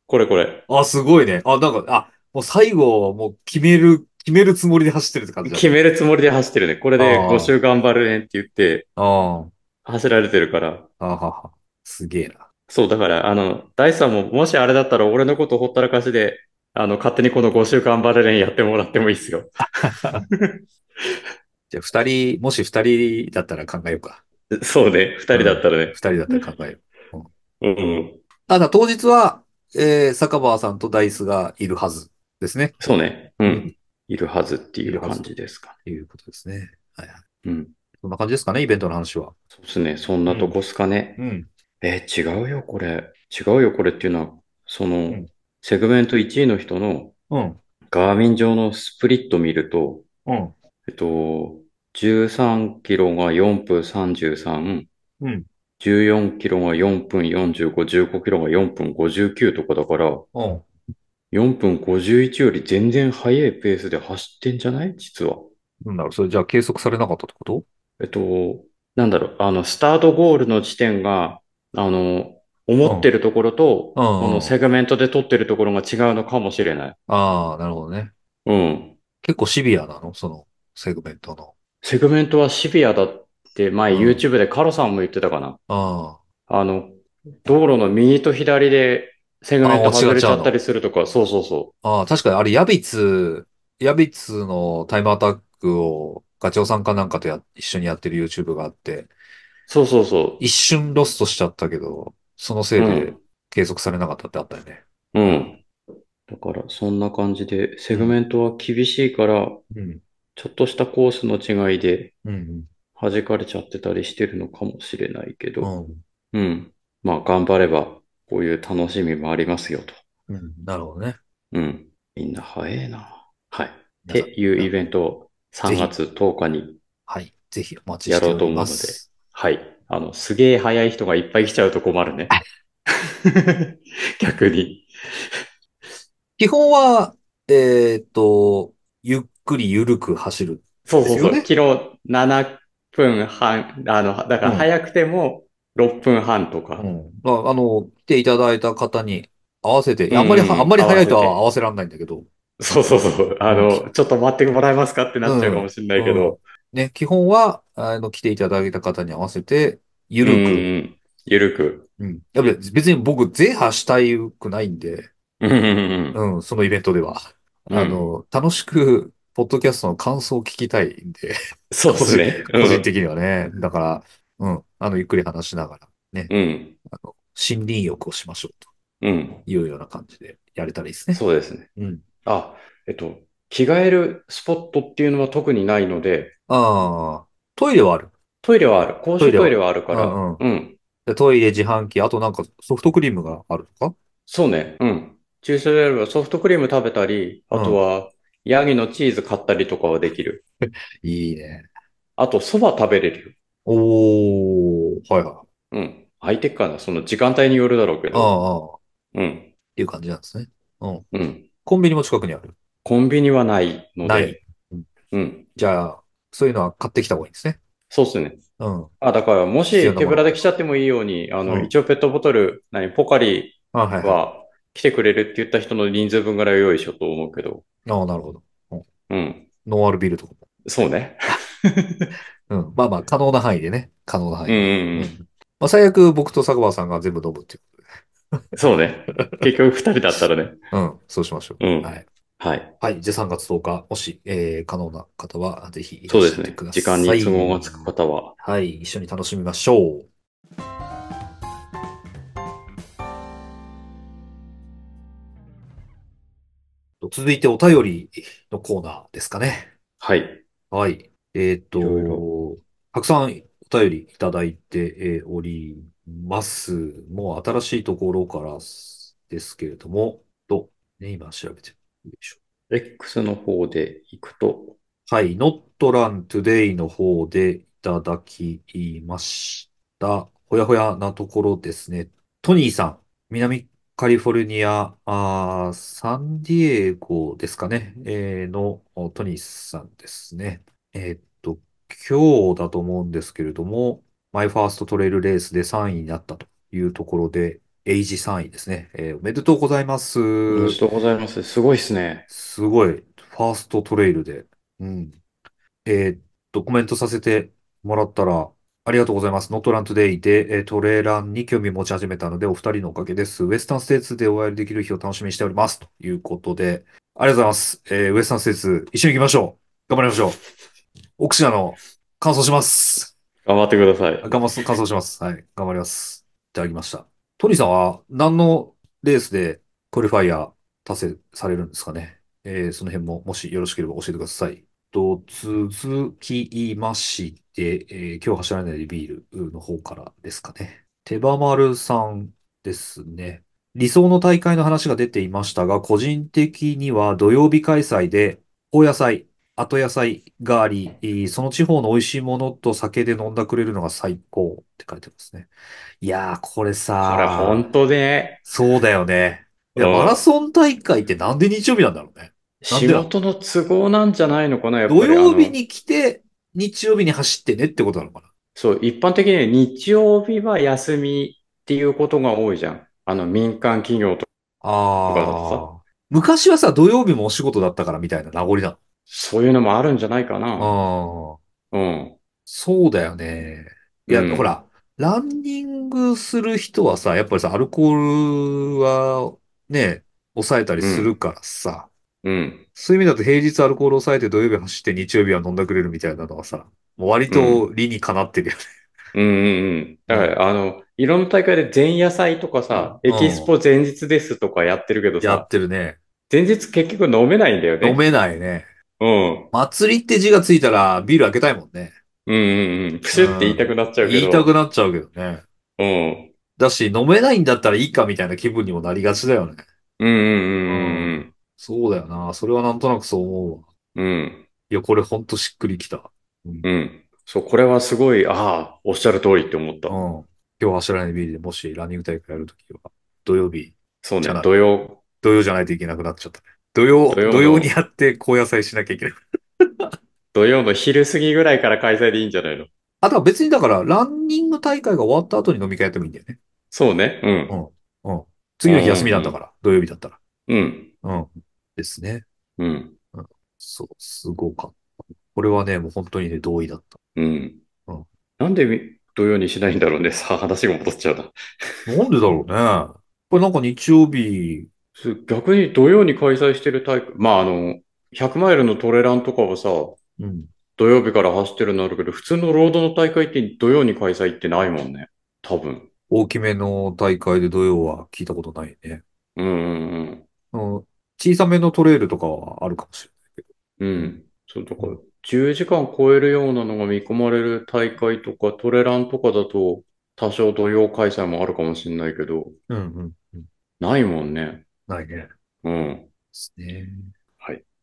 A: これこれ。
B: あ、すごいね。あ、なんか、あ、もう最後、もう決める、決めるつもりで走ってるって感じだね
A: 決めるつもりで走ってるね。これで
B: あー
A: 5周頑張るねって言って、
B: あ
A: 走られてるから。
B: あ、あはは。すげえな。
A: そう、だから、あの、ダイスさんも、もしあれだったら、俺のことほったらかしで、あの、勝手にこの5週間バレレンやってもらってもいいっすよ。
B: じゃあ、二人、もし二人だったら考えようか。
A: そうね、二人だったらね
B: 二。人だったら考えよう。
A: うんうん。
B: あ、だから当日は、えー、坂場さんとダイスがいるはずですね。
A: そうね。う。。
B: うん
A: いるはずってい
B: いる
A: う
B: は
A: 感
B: ず
A: じですか。
B: いうことですね。はいはい。
A: うん。
B: そんな感じですかね、イベントの話は。
A: そうですね。そんなとこっすかね。
B: うん。
A: えー違うよ、これ。違うよ、これっていうのは、その、
B: ん
A: セグメント1位の人の
B: うん。
A: ガーミン上のスプリット見ると、
B: うん。
A: えっと、13キロが4分33、
B: うん。
A: 14キロが4分45、15キロが4分59とかだから、
B: うん。
A: 4分51より全然速いペースで走ってんじゃない実は。
B: なんだろう、それじゃあ計測されなかったってこと
A: えっと、なんだろう、あの、スタートゴールの地点が、あの、思ってるところと、
B: うんうん
A: このセグメントで撮ってるところが違うのかもしれない。
B: ああ、なるほどね。
A: うん。
B: 結構シビアなのその、セグメントの。
A: セグメントはシビアだって前
B: うん
A: YouTube でカロさんも言ってたかな。
B: あ
A: あの、道路の右と左でセグメント外れちゃったりするとか、そうそうそ
B: あ。ああ、確かにあれ、ヤビツ、ヤビツのタイムアタックをガチョウさんかなんかとや一緒にやってる YouTube があって、
A: う。そうそうそ
B: 一瞬ロストしちゃったけど、そのせいで計測されなかったってあったよね。
A: う。うん。だから、そんな感じで、セグメントは厳しいから、
B: うん。
A: ちょっとしたコースの違いで
B: うん。
A: 弾かれちゃってたりしてるのかもしれないけ
B: う
A: ど、
B: ん。
A: うん。まあ、頑張れば、こういう楽しみもありますよと。
B: うん。なるほどね。
A: うん。みんな早えな。はい。っ
B: 皆さん
A: ていうイベントを
B: ぜ
A: 3
B: ひ
A: 月10日に、
B: はい。ぜひお待ちしております。
A: はい。あの、すげえ早い人がいっぱい来ちゃうと困る ね。逆に。
B: 基本は、えーっと、ゆっくりゆるく走る。
A: そうそうそう。
B: ですよね
A: キロ7分半、あの、だから
B: うん
A: 早くても6分半とか。
B: うん。まあ、あの、来ていただいた方に合わせて、
A: うん
B: あんまりは、あんまり早いとは
A: 合わせて
B: 合わせらんないんだけど、
A: そうそうそう。あの、ちょっと待ってもらえますかってなっちゃうかもしれないけど。
B: ね、基本は、あの、来ていただいた方に合わせて、ゆ
A: うんう
B: る
A: ん。ゆるく。
B: く。うん。やっぱり別に僕、制覇したいくないんで、
A: うんうんうんうん。
B: うん、そのイベントでは。
A: うん
B: あの、楽しく、ポッドキャストの感想を聞きたいんで、
A: そうですね。
B: 個人的にはね。だから、うん、あの、ゆっくり話しながら、ね、
A: うん。
B: 森林浴をしましょうと
A: うん。
B: いうような感じでやれたらいいです
A: うん。
B: ね。
A: そうですね。
B: うん。
A: あ、えっと、着替えるスポットっていうのは特にないので、
B: ああ、トイレはある。
A: トイレはある。公衆トイレはあるから、
B: うんうん
A: うん。
B: でトイレ、自販機、あとなんかソフトクリームがあるとか
A: そうね。うん。駐車場であればソフトクリーム食べたり、あとは、ヤギのチーズ買ったりとかはできる。
B: いいね。
A: あと、そば食べれるよ。
B: おー、はいはい。
A: うん。ハイテクかな。その時間帯によるだろうけ
B: あ
A: ど。
B: あ、あ
A: う
B: あっ
A: ん。
B: ていう感じなんですね。
A: うん。
B: コンビニも近くにある。
A: コンビニはないの
B: な
A: で
B: い、。
A: うん。
B: じゃあ、そういうのは買ってきた方がいいんですね。
A: そうっすね。
B: うん。あ、
A: あ、だから、もし
B: 必要なも
A: 手
B: の
A: ぶらで来ちゃってもいいように、あの、
B: うん
A: 一応ペットボトル、何、ポカリ
B: はいはい。
A: は来てくれるって言った人の人数分ぐらい用意しようと思うけど。
B: ああ、なるほど。
A: うん。
B: ノンアルビールとかも。
A: そうね。
B: うん。まあまあ、可能な範囲でね。可能な範
A: うんう
B: 囲で。
A: んう。
B: うんんまあ、最悪僕と佐久間さんが全部飲むっていうこ
A: そう ね。結局二人だったらね。
B: とで。うん。そうしましょう。
A: うん
B: はい。
A: はい。
B: はい。じゃあ3月10日、もし、えー、可能な方は、ぜひいら
A: そう
B: っ
A: で
B: しゃ
A: す
B: って
A: ね
B: く。ださ
A: 時
B: い。
A: 間に都合がつく方は。
B: はい。一緒に楽しみましょう。続いてお便りのコーナーですかね。
A: はい。
B: はい。えっと、
A: いろい
B: たくさんお便りいただいてえーおります。もう新しいところからですけれども、と、ね、今調べてるでしょ。
A: X の方で行くと、
B: はい、Not Run Today の方でいただきました。ほやほやなところですね。トニーさん、南カリフォルニア、あーサンディエゴですかね、えーのおトニーさんですね。えーっと、今日だと思うんですけれども、マイファーストトレイルレースで3位になったというところで、エイジ3位ですね。えーおめでとうございます。
A: おめでとうございます。すごいですね。
B: すごい。ファーストトレイルで。うん。えーっと、コメントさせてもらったら、ありがとうございます。ノットラントデイで、えートレーランに興味持ち始めたので、お二人のおかげです。ウエスタンステーツでお会いできる日を楽しみにしております。ということで、ありがとうございます。えーウエスタンステーツ、一緒に行きましょう。頑張りましょう。奥品の、感想します。
A: 頑張ってください。
B: 頑張す、感想します。はい。頑張ります。いただきました。トニーさんは何のレースでクオリファイア達成されるんですかね。えーその辺ももしよろしければ教えてください。と、続きまして、えー今日走らないでビールの方からですかね。手羽丸さんですね。理想の大会の話が出ていましたが、個人的には土曜日開催で、お野菜、後野菜があり、えーその地方の美味しいものと酒で飲んだくれるのが最高って書いてますね。いやー、これさ
A: あら、本当ね。
B: そうだよね。いや、
A: うん
B: マラソン大会ってなんで日曜日なんだろうね。なん
A: 仕
B: で
A: 事の都合なんじゃないのかな、やっぱり。
B: 土曜
A: あ
B: 日
A: の
B: に来て、日曜日に走ってねってことなのかな。
A: そう、一般的には日曜日は休みっていうことが多いじゃん。あの、民間企業とか、
B: あ
A: だって
B: あ。昔はさ、土曜日もお仕事だったからみたいな名残な
A: そういうのもあるんじゃないかな。
B: の。ああ。
A: うん。
B: そうだよね。いや、
A: うん
B: ほら、ランニングする人はさ、やっぱりさ、アルコールはね、抑えたりするからさ、
A: うん。
B: そういう意味だと平日アルコール抑えて土曜日走って日曜日は飲んだくれるみたいなのはさ、もう割と理にかなってるよ
A: う
B: ね。
A: んうんうん。だから、あの、いろんな大会で前夜祭とかさ、
B: うん
A: エキスポ前日ですとかやってるけど
B: やっ
A: さ、
B: てるね。
A: 前日結局飲めないんだよね。
B: 飲めないね。
A: うん。
B: 祭りって字がついたらビール開けたいもんね。
A: うんうんうん。プシュって言いたくなっちゃうけ
B: 言い
A: ど。
B: たくなっちゃうけどね。
A: うん。
B: だし、飲めないんだったらいいかみたいな気分にもなりがちだよね。
A: うんうんうん
B: そうだよな。それはなんとなくそう思うわ。
A: うんうん。うん。
B: いや、これほんとしっくりきた。うん。
A: うん。そう、これはすごい、ああ、おっしゃる通りって思った。
B: 今日は走らないビールでもしランニング大会やるときは、土曜日、
A: そう
B: じゃ
A: ね
B: ない、
A: 土曜。
B: 土曜じゃないといけなくなっちゃったね。土曜、
A: 土曜の
B: 土曜にやって高野菜しなきゃいけない。
A: 土曜の昼過ぎぐらいから開催でいいんじゃないの
B: あとは別にだから、ランニング大会が終わった後に飲み会やってもいいんだよね。
A: そうね。
B: うん。次の日休みなんだから、土曜日だったら。
A: うん。うん。
B: うん。ですね。
A: うん。
B: そう、すごかった。これはね、もう本当にね、同意だっ
A: うん
B: うん。
A: なんでみ土曜にしないんだろうね。さあ、話が戻っちゃうな。
B: た。なんでだろうね。これなんか日曜日、
A: そう逆に土曜に開催してる大会、まあ、あの、100マイルのトレランとかはさ、
B: うん。
A: 土曜日から走ってるのあるけど、普通のロードの大会って土曜に開催ってないもんね。多分。
B: 大きめの大会で土曜は聞いたことないね。
A: うんうん
B: うん、小さめのトレイルとかはあるかもしれ
A: うん。うん。そう、だから、10時間超えるようなのが見込まれる大会とか、トレランとかだと、多少土曜開催もあるかもしれないけど、
B: ない。うんうん。うん、
A: ないもんね。
B: ないね。で
A: うん。っ
B: すね。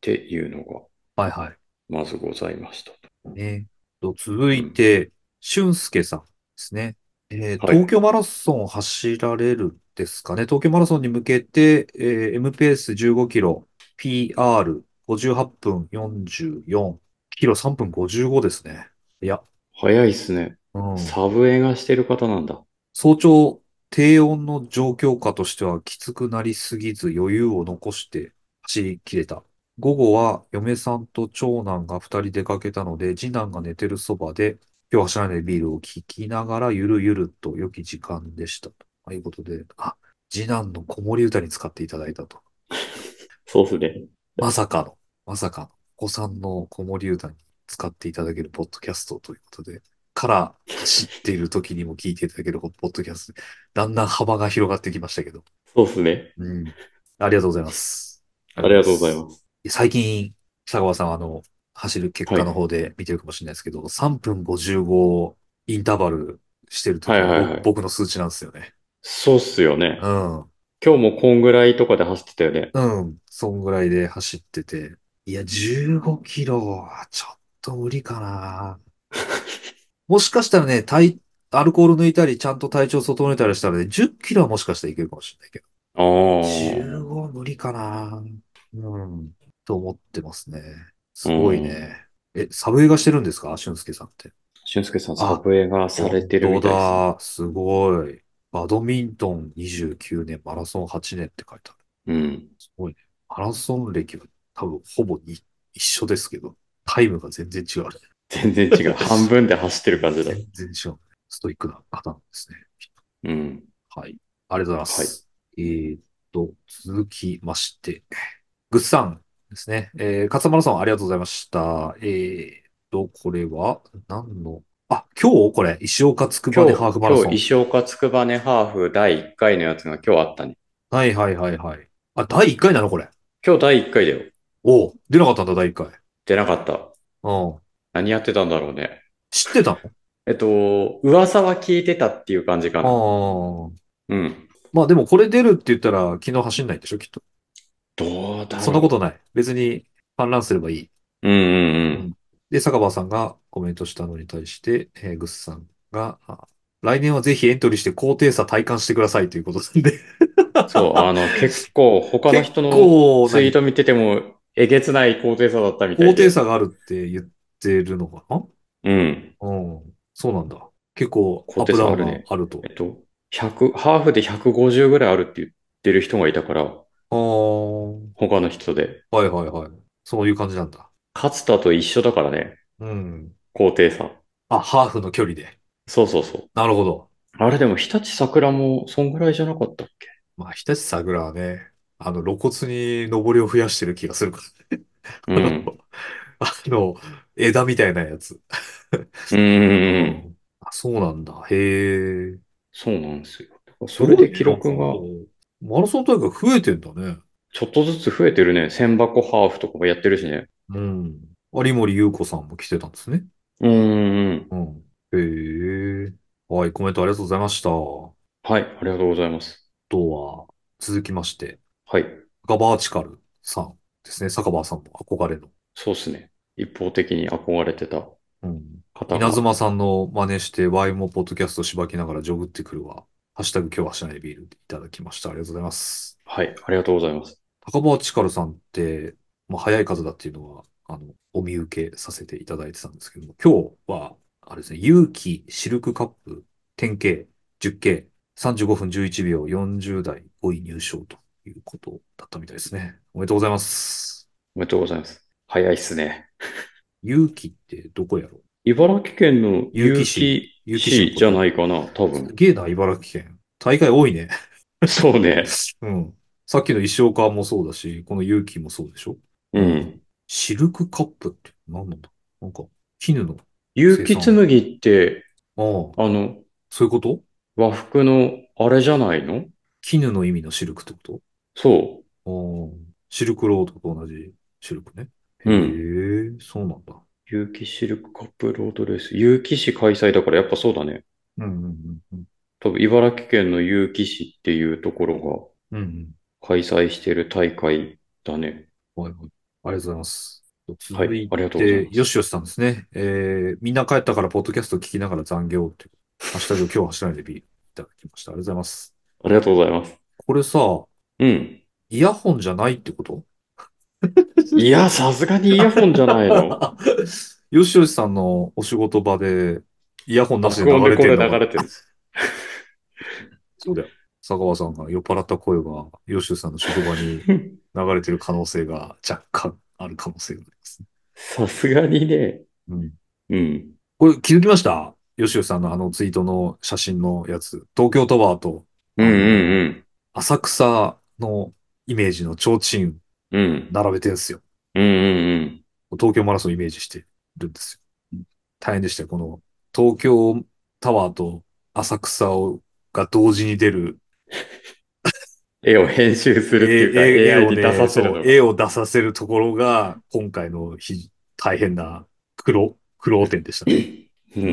A: ていうのが、
B: はいは
A: まずございました。
B: い。ね。と続いて、俊介さんですね。えー
A: はい
B: 東京マラソン走られるんですかね。東京マラソンに向けて、えー M ペース15キロ、PR58 分44、キロ3分55ですね。いや、
A: 早いっすね。
B: うん。
A: サブ映画してる方なんだ。
B: 早朝、低温の状況下としてはきつくなりすぎず余裕を残して走り切れた。午後は嫁さんと長男が二人出かけたので、次男が寝てるそばで、今日走らないビールを聞きながらゆるゆると良き時間でした。ということで、あ、次男の子守歌に使っていただいたと。
A: そうっすね。
B: まさかの、まさかの、お子さんの子守歌に使っていただけるポッドキャストということで、から走っている時にも聞いていただけるポッドキャスト、だんだん幅が広がってきましたけど。
A: そうっすね。
B: うん。ありがとうございます。。
A: ありがとうございます
B: 最近、佐川さんはあの、走る結果の方で見てるかもしれないですけど、3分55インターバルしてる時
A: はい
B: の
A: はいはい
B: 僕の数値なんですよね。
A: す。そうっすよね。
B: うん。
A: 今日もこんぐらいとかで走ってたよね。
B: うん、そんぐらいで走ってて。いや、15キロはちょっと無理かな。もしかしたらね、体、アルコール抜いたり、ちゃんと体調整えたりしたらね、10キロはもしかしたらいけるかもしれないけど、
A: ああ。
B: 15無理かな。うん、と思ってますね。すごいね。え、サブ映画してるんですか俊介さんって。
A: 俊介さん、サブ映画されてるみたいですね。
B: 本当だ。すごい。バドミントン29年、マラソン8年って書いてある。
A: うん。
B: すごいね。マラソン歴は多分ほぼい一緒ですけど、タイムが全然違うね。
A: 全然 違う。半分で走ってる感じだ。
B: 全然違う。ストイックな方なんですね。
A: うん。
B: はい。ありがとうございます。えーっと、続きまして、グッさんですね。えー、勝間さんありがとうございました。えーっと、これは何の、あ、今日これ、石岡つくば
A: 今
B: で
A: 日、
B: ハーフマラソ
A: 今
B: ン。
A: 日、石岡つくばねハーフ第1回のやつが今日あったね。
B: はいはいはいはい。あ、第1回なのこれ。
A: 今日第1回だよ。
B: おう出なかったんだ、第1回。
A: 出なかった。
B: うん。
A: 何やってたんだろうね。
B: 知ってたの
A: えっと、噂は聞いてたっていう感じか
B: あ
A: な。
B: あ。
A: うん。
B: まあでもこれ出るって言ったら昨日走んないんでしょ、きっと。
A: どうだろう。
B: そんなことない。別に観覧すればいい。
A: うんうんうん。
B: で、坂場さんがコメントしたのに対して、えーグッズさんが、あ来年はぜひエントリーして高低差体感してくださいということなんで。
A: そう、あの、結構、他の人の
B: 結構
A: ツイート見てても、えげつない高低差だったみたいで。
B: 高低差があるって言ってるのかな
A: うん。
B: うん。そうなんだ。結構ア
A: 高
B: ップ
A: 低
B: ダ
A: 差
B: ウ
A: あ
B: ン
A: るね
B: があると。
A: えっと、100、ハーフで150ぐらいあるって言ってる人がいたから、
B: あー
A: 他の人で。
B: はいはいはい。そういう感じなんだ。
A: 勝田と一緒だからね、
B: うん。
A: 高低差。
B: あ、ハーフの距離で。
A: そうそうそう。
B: なるほど。
A: あれでも、日立桜も、そんぐらいじゃなかったっけ
B: まあ、日立桜はね、あの、露骨に登りを増やしてる気がするからね。 あ
A: うん
B: の、あの、枝みたいなやつ。
A: うんうんうん。
B: あ、そうなんだ。へえ。
A: そうなんですよ。それで記録が、
B: マラソン大会増えてんだね。
A: ちょっとずつ増えてるね。千箱ハーフとかもやってるしね。
B: うん。有森裕子さんも来てたんですね。
A: うんうんうん。
B: うん。へえ。はい、コメントありがとうございました。あ
A: はい、ありがとうございます。
B: とは、続きまして、
A: はい。
B: ガバーチカルさんですね。坂場さんも憧れの。
A: そうっすね。一方的に憧れてた
B: うん。
A: 方が。
B: 稲妻さんの真似して、ワイもポッドキャストしばきながらジョグってくるわ。ハッシュタグ今日はしないビールいただきました。ありがとうございます。
A: はい、ありがとうございます。
B: 高輪チカルさんって、まあ、早い方だっていうのは、あの、お見受けさせていただいてたんですけども、今日は、あれですね、勇気シルクカップ 10K、10K、35分11秒、40代5位入賞ということだったみたいですね。おめでとうございます。
A: おめでとうございます。早いっすね。
B: 勇気ってどこやろ
A: 茨城県の結
B: 結城市
A: 城
B: 勇気
A: 市じゃないかな、多
B: す
A: 分。
B: げえな、茨城県。大会多いね。
A: そうね。
B: うん。さっきの石岡もそうだし、この勇気もそうでしょ
A: うん。
B: シルクカップって何なんだなんか、絹の。
A: 結城紬って、
B: ああ、
A: あの、
B: そういうこと
A: 和服のあれじゃないの
B: 絹の意味のシルクってこ
A: そ
B: とああ、シルクロードと同じシルクね。
A: う。うん。
B: へえ、そうなんだ。
A: 結城シルクカップロードレース。結城市開催だからやっぱそうだね。
B: うんうんうん
A: 多分茨城県の結城市っていうところ
B: うん。うん
A: が開催してる大会だね。
B: うん。はいはい。ありがとうございます。
A: は
B: 続
A: い
B: い、
A: ありがとうござい
B: て
A: ま、す。
B: よしよしさんですね。えー、みんな帰ったからポッドキャスト聞きながら残業っていう。ハッシュタグ今日は走らないでビールいただきました。ありがとうございます。
A: ありがとうございます。
B: これ さ、
A: うん。
B: イヤホンじゃないってこと
A: いや、さすがにイヤホンじゃない の。
B: よしよしさんのお仕事場でイヤホンなしで
A: 録音で
B: 流れて
A: これ
B: るのが
A: 流れてる。
B: そうだよ。佐川さんが酔っ払った声が、よしよしさんの職 場に流れてる可能性が若干ある可能性がありますね。
A: さすがにね。
B: うん、
A: うん。
B: これ気づきましたよしよしさんのあのツイートの写真のやつ。東京タワーと
A: うんうん
B: 浅草のイメージの提灯
A: うん。うん。
B: 並べてんすよ。
A: うんうん
B: 東京マラソンイメージしてるんですよ。大変でしたよ。この東京タワーと浅草をが同時に出る
A: うん。絵を編集するっていうか、
B: 絵絵
A: AI
B: を
A: に
B: ね
A: 出させるの
B: そう
A: が。
B: 絵を出させるところが、今回の非大変な苦労、苦労点でし たね。
A: うんう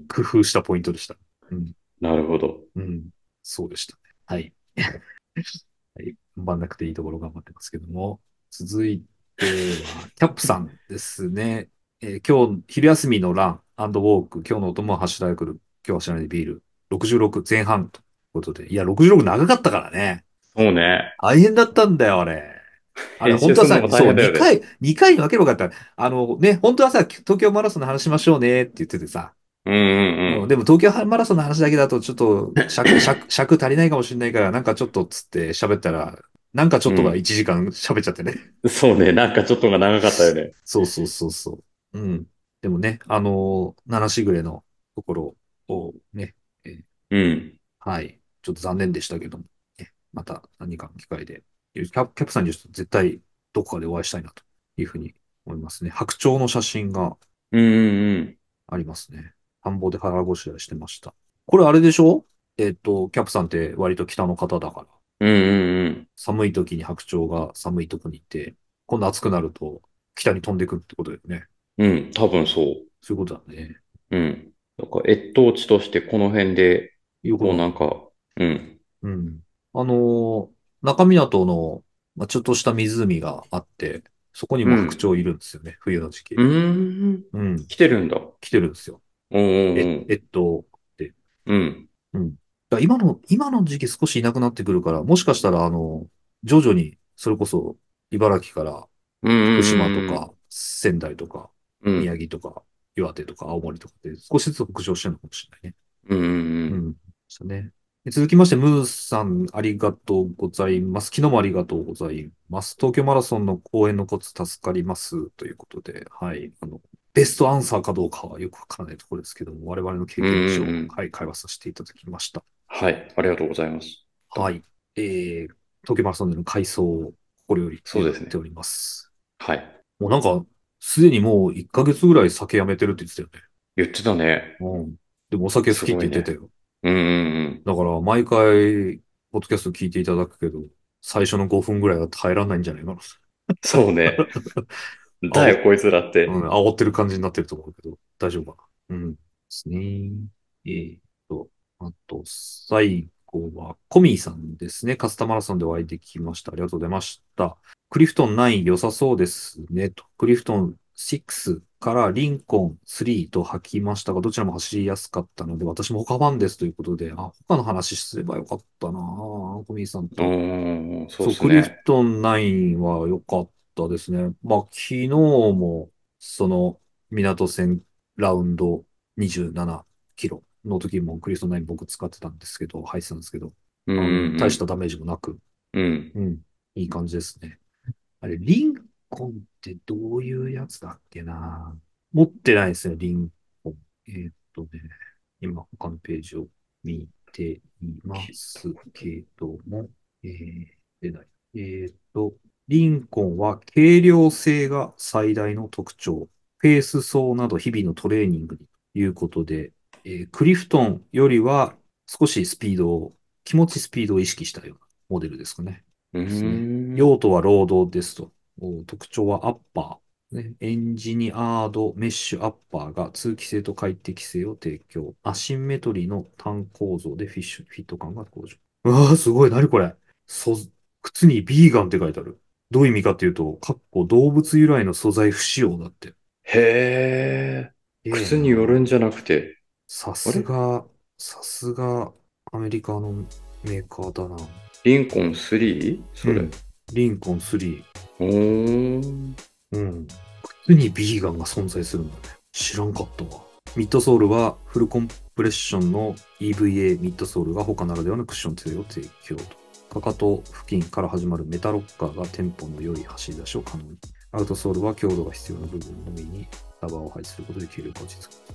A: ん。
B: 工夫したポイントでした。
A: なるほど。
B: うん。そうでしたね。はい。 はい。頑張んなくていいところ頑張ってますけども。続いては、キャップさんですね。えー今日、昼休みのランウォーク、今日のお供は走られくる、今日は知らないでビール、66前半ということで。いや、66長かったからね。
A: そうね。
B: 大変だったんだよ、あれ。あれ、
A: 編
B: 本
A: 集
B: 当は
A: す
B: さ、
A: るのも大
B: そう、
A: 変だよ
B: 2
A: ね
B: 回、二回に分ければよかった。あのね、本当はさ、東京マラソンの話しましょうねって言っててさ、
A: うんうんうん。
B: でも東京マラソンの話だけだとちょっと 尺、尺、尺足りないかもしれないから、なんかちょっとっつって喋ったら、なんかちょっとが
A: うん
B: 1時間喋っちゃってね。
A: そうね。なんかちょっとが長かったよね。
B: そうそうそうそう。うん。でもね、あの7しぐれのところをね、
A: うん。
B: はい。ちょっと残念でしたけども、ね、また何かの機会で、キャキャップさんにちょっと絶対どこかでお会いしたいなというふうに思いますね。白鳥の写真が
A: うんうんうん。
B: ありますね。田んぼで腹ごしらえしてました。これあれでしょえっと、キャップさんって割と北の方だから、
A: うんうんうん。
B: 寒い時に白鳥が寒いとこにいて、今度暑くなると北に飛んでくってことだよね。
A: うん、多分そ
B: そういうことだね。
A: う。うん。なんか越冬地としてこの辺で、
B: いうこ
A: もう
B: と
A: なんか、うん。
B: うん。あのー中港の、まあ、ちょっとした湖があって、そこにも白鳥いるんですよね、冬の時期。
A: うーん。
B: うん、
A: 来てるんだ。お
B: 来てるんですよ。
A: ーお
B: え、
A: ー
B: えっと、
A: おーうん。
B: だから今の、今の時期少しいなくなってくるから、もしかしたら、あの、徐々に、それこそ、茨城から
A: うんうんうんうん。
B: 福島とか、仙台とか、
A: うん、
B: 宮城とか、岩手とか、青森とかで少しずつ北上してるのかもしれないね。
A: うんうんう。
B: うんん。そうね。で続きまして、ムーさん、ありがとうございます。昨日もありがとうございます。東京マラソンの講演のコツ助かります。ということで、はい。あの、ベストアンサーかどうかはよくわからないところですけども、我々の経験値を、
A: うんうんうん
B: はい、会話させていただきました。
A: はい。ありがとうございます。
B: はい。えー、東京マラソンでの快走を心より
A: そうですね
B: 願っております。
A: はい。
B: もうなんか、すでにもう1ヶ月ぐらい酒やめてるって言ってたよね。
A: 言ってたね。
B: うん。でもお酒好きって言ってたよ。
A: うんうんうん。
B: だから、毎回、ポッドキャスト聞いていただくけど、最初の5分ぐらいは耐えられないんじゃないかな。
A: そう ね。だよ、こいつらって。
B: うん、煽ってる感じになってると思うけど、大丈夫かな。うん。ですね。えーっと、あと、最後は、コミーさんですね。カスタマラソンでお会いできました。ありがとうございました。クリフトン9良さそうですね。とクリフトン6からリンコン3と履きましたが、どちらも走りやすかったので、私も他番ですということで、あ、他の話すればよかったなぁコミーさんと。
A: うん、そうです
B: クリフ
A: ね。
B: トン9は良かったですね。まあ、昨日も、その、港線ラウンド27キロの時もクリフトン9僕使ってたんですけど、配信なんですけど、
A: うん
B: あの
A: うんうん。
B: 大したダメージもなく、
A: うん。
B: うん、いい感じですね。あれ、リンコンってどういうやつだっけな持ってないですね、リンコン。えーっとね、今他のページを見ていますけども、えー、出ない。えーっと、リンコンは軽量性が最大の特徴。フェース走など日々のトレーニングということで、えークリフトンよりは少しスピードを、気持ちスピードを意識したようなモデルですかね。
A: う
B: ですね
A: ん。
B: 用途は労働ですと。お特徴はアッパー、ね。エンジニアードメッシュアッパーが通気性と快適性を提供。アシンメトリーの単構造でフィッシュ、フィット感が向上。うわー、すごい。何これ。そ、靴にビーガンって書いてある。どういう意味かっていうと、かっこ動物由来の素材不使用だって。
A: へえ。靴によるんじゃなくて。
B: さすが、さすが、アメリカのメーカーだな。
A: リンコン 3? それ。
B: うんリンコン3。
A: おー。
B: うん。靴にビーガンが存在するんだね。知らんかったわ。ミッドソールはフルコンプレッションの EVA ミッドソールが他ならではのクッション性を提供と。かかと付近から始まるメタロッカーがテンポの良い走り出しを可能に。アウトソールは強度が必要な部分のみにラバーを配置することで軽量化を実現ね。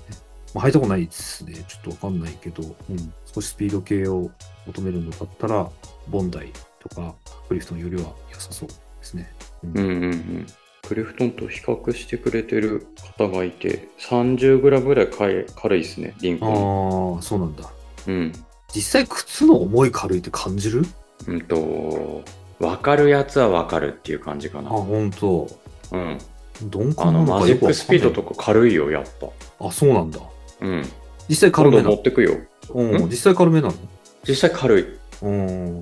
B: まあ、履いたことないですね。ちょっとわかんないけど、うん、少しスピード系を求めるのだったら、ボンダイとかクリフトンよりは良さそうですね。
A: うんうんうん。クリフトンと比較してくれてる方がいて、30g ぐらい軽い軽いですね、リンコ
B: ああ、そうなんだ。
A: ン。うん。
B: 実際靴の重い軽いって感じる
A: うんと、わかるやつはわかるっていう感じか
B: あ、
A: な。
B: ほんと。
A: うん。
B: どんくら
A: あ
B: いな
A: の、
B: の
A: マ
B: か
A: ジ
B: よ
A: ッ
B: くわ
A: ク
B: か
A: ス
B: んな
A: ピ
B: い
A: ードとか軽いよ、やっぱ。
B: あ、そうなんだ。
A: うん。
B: 実際軽
A: 今
B: め
A: 度
B: な
A: 持
B: の
A: ってくよ。
B: うん、
A: ん
B: 実際軽めなの
A: 実際軽い。
B: うん。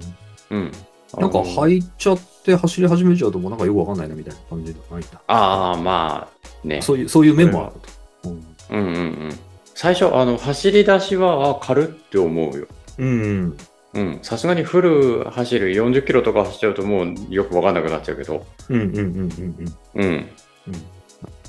A: うん。
B: なんか
A: い。
B: 履いちゃって走り始めちゃうともうなんかよくわかんないなみたいな感じでないんだ。
A: ああ、まあ、ね。
B: そういう、そういう面もあると。うん。
A: うんうんうん。最初、あの、走り出しは、あ軽って思うよ。
B: うんうん。
A: うん。さすがにフル走る40キロとか走っちゃうと、もうよくわかんなくなっちゃうけど。
B: うんうんうんうん
A: うん。
B: うん。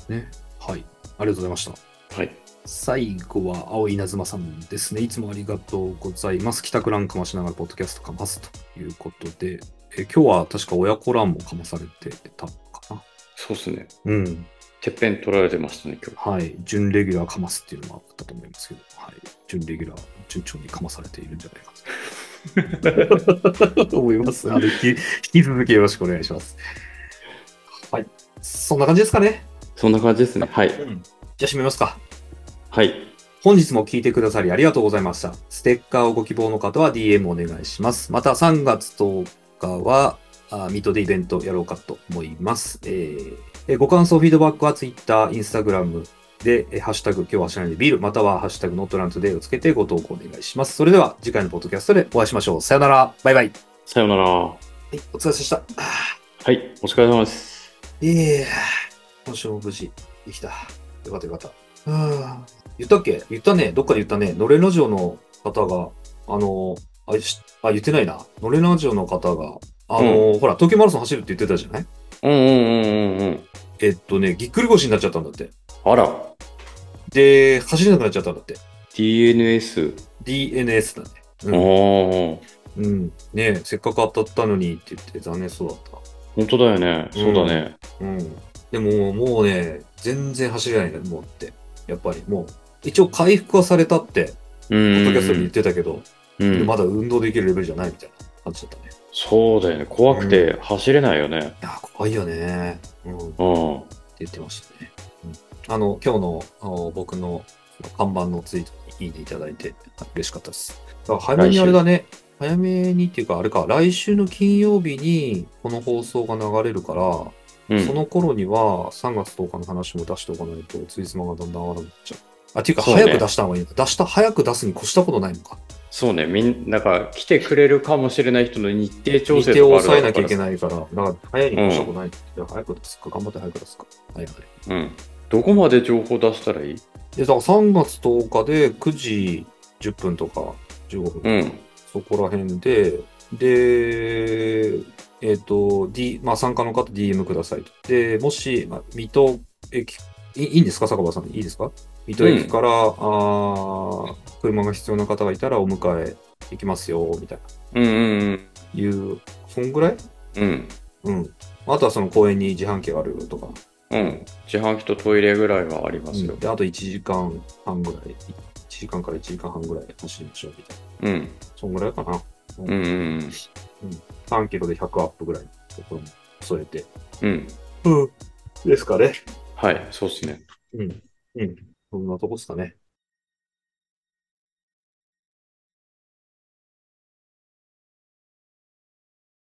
B: ね。はい。ありがとうございました。
A: はい。
B: 最後は青い稲妻さんですね。いつもありがとうございます。帰宅ランかましながらポッドキャストかますということで、え今日は確か親子ランもかまされてたのかな。
A: そうっすね。
B: うん。
A: てっぺん取られてましたね、今日。
B: はい。準レギュラーかますっていうのもあったと思いますけど、はい。準レギュラー、順調にかまされているんじゃ ないかとと思います。あの、引き引き続きよろしくお願いします。はい。そんな感じですかね。
A: そんな感じですね。はい。
B: ん。じゃあ、締めますか。
A: はい。
B: 本日も聞いてくださりありがとうございました。ステッカーをご希望の方は DM お願いします。また3月10日はあミートでイベントやろうかと思います。えーえーご感想、フィードバックは Twitter、Instagram でで、えーハッシュタグ、今日は走らないでビール、またはハッシュタグノットラントデーをつけてご投稿お願いします。それでは次回のポッドキャストでお会いしましょう。さよなら。バイバイ。
A: さようなら。は
B: はい、お疲れ様でした。
A: い、お疲れ様です。
B: いえいえ、今週も無事できた。よかったよかった。はあ言ったっけ言ったね。どっかで言ったね。のれんラジオの方が、あの、あ、しあ言ってないな。のれんラジオの方が、あの、ほら、東京マラソン走るって言ってたじゃない
A: うんうんうんうんうん。
B: えっとね、ぎっくり腰になっちゃったんだって。
A: あら、
B: で、走れなくなっちゃったんだって。
A: DNS。
B: DNS だね。
A: ああ、
B: うん。
A: 本
B: うん、ねえせっかく当たったのにって言って残念そうだった。
A: 当だよね。そうだね。
B: うん。でも、もうね、全然走れないね、もうって。やっぱり、もう、一応回復はされたって、
A: うん
B: ポ
A: う
B: ッ
A: ん
B: ドキャストで言ってたけど、
A: うん。うん
B: まだ運動できるレベルじゃないみたいな感じだったね。
A: そうだよね。怖くて走れないよね。
B: いやー、怖いよね。うん。って
A: うん。
B: 言ってましたね。うん、あの、今日のあの僕の看板のツイートにいいねいただいて、嬉しかったです。だから早めにあれだね。早めにっていうか、あれか、来週の金曜日にこの放送が流れるから、
A: うん。
B: その頃には3月10日の話も出しておかないと、ついつまがだんだん合わなくなっちゃう。あ、っていうか、
A: そうね
B: 早く出した方がいいのか。出した、早く出すに越したことないのか。
A: そうね。みんなが来てくれるかもしれない人の日程調
B: 日
A: 整
B: 程
A: とか
B: を
A: ある
B: 抑えなきゃいけ
A: い。
B: ないから、だから早いに越したことない。じゃあ早く出すか、頑張って早く出すか。はいはい。
A: うん。どこまで情報出したらいい
B: で、だから3月10日で9時10分とか15
A: う
B: 分、
A: ん。
B: そこら辺で、で、えっ、と、D、まあ参加の方 DM くださいと。で、もし、まあ、水戸駅、いいいんですか坂場さん、いいですか水戸駅から、あー車が必要な方がいたらお迎え行きますよ、みたい
A: うんうんうん。
B: な。いう、そんぐらい
A: うん。
B: うん。あとはその公園に自販機があるよとか。
A: うん。自販機とトイレぐらいはありますよ。
B: で、あと1時間半ぐらい。1時間から1時間半ぐらい走りましょう、みたいな。
A: うん。
B: そんぐらいかな。
A: うんうん
B: 3キロで100アップぐらいのところも添えて。
A: うん。うん。
B: うん。ですかね。
A: はい。そうっすね。
B: うん。うん。そんなとこですかね。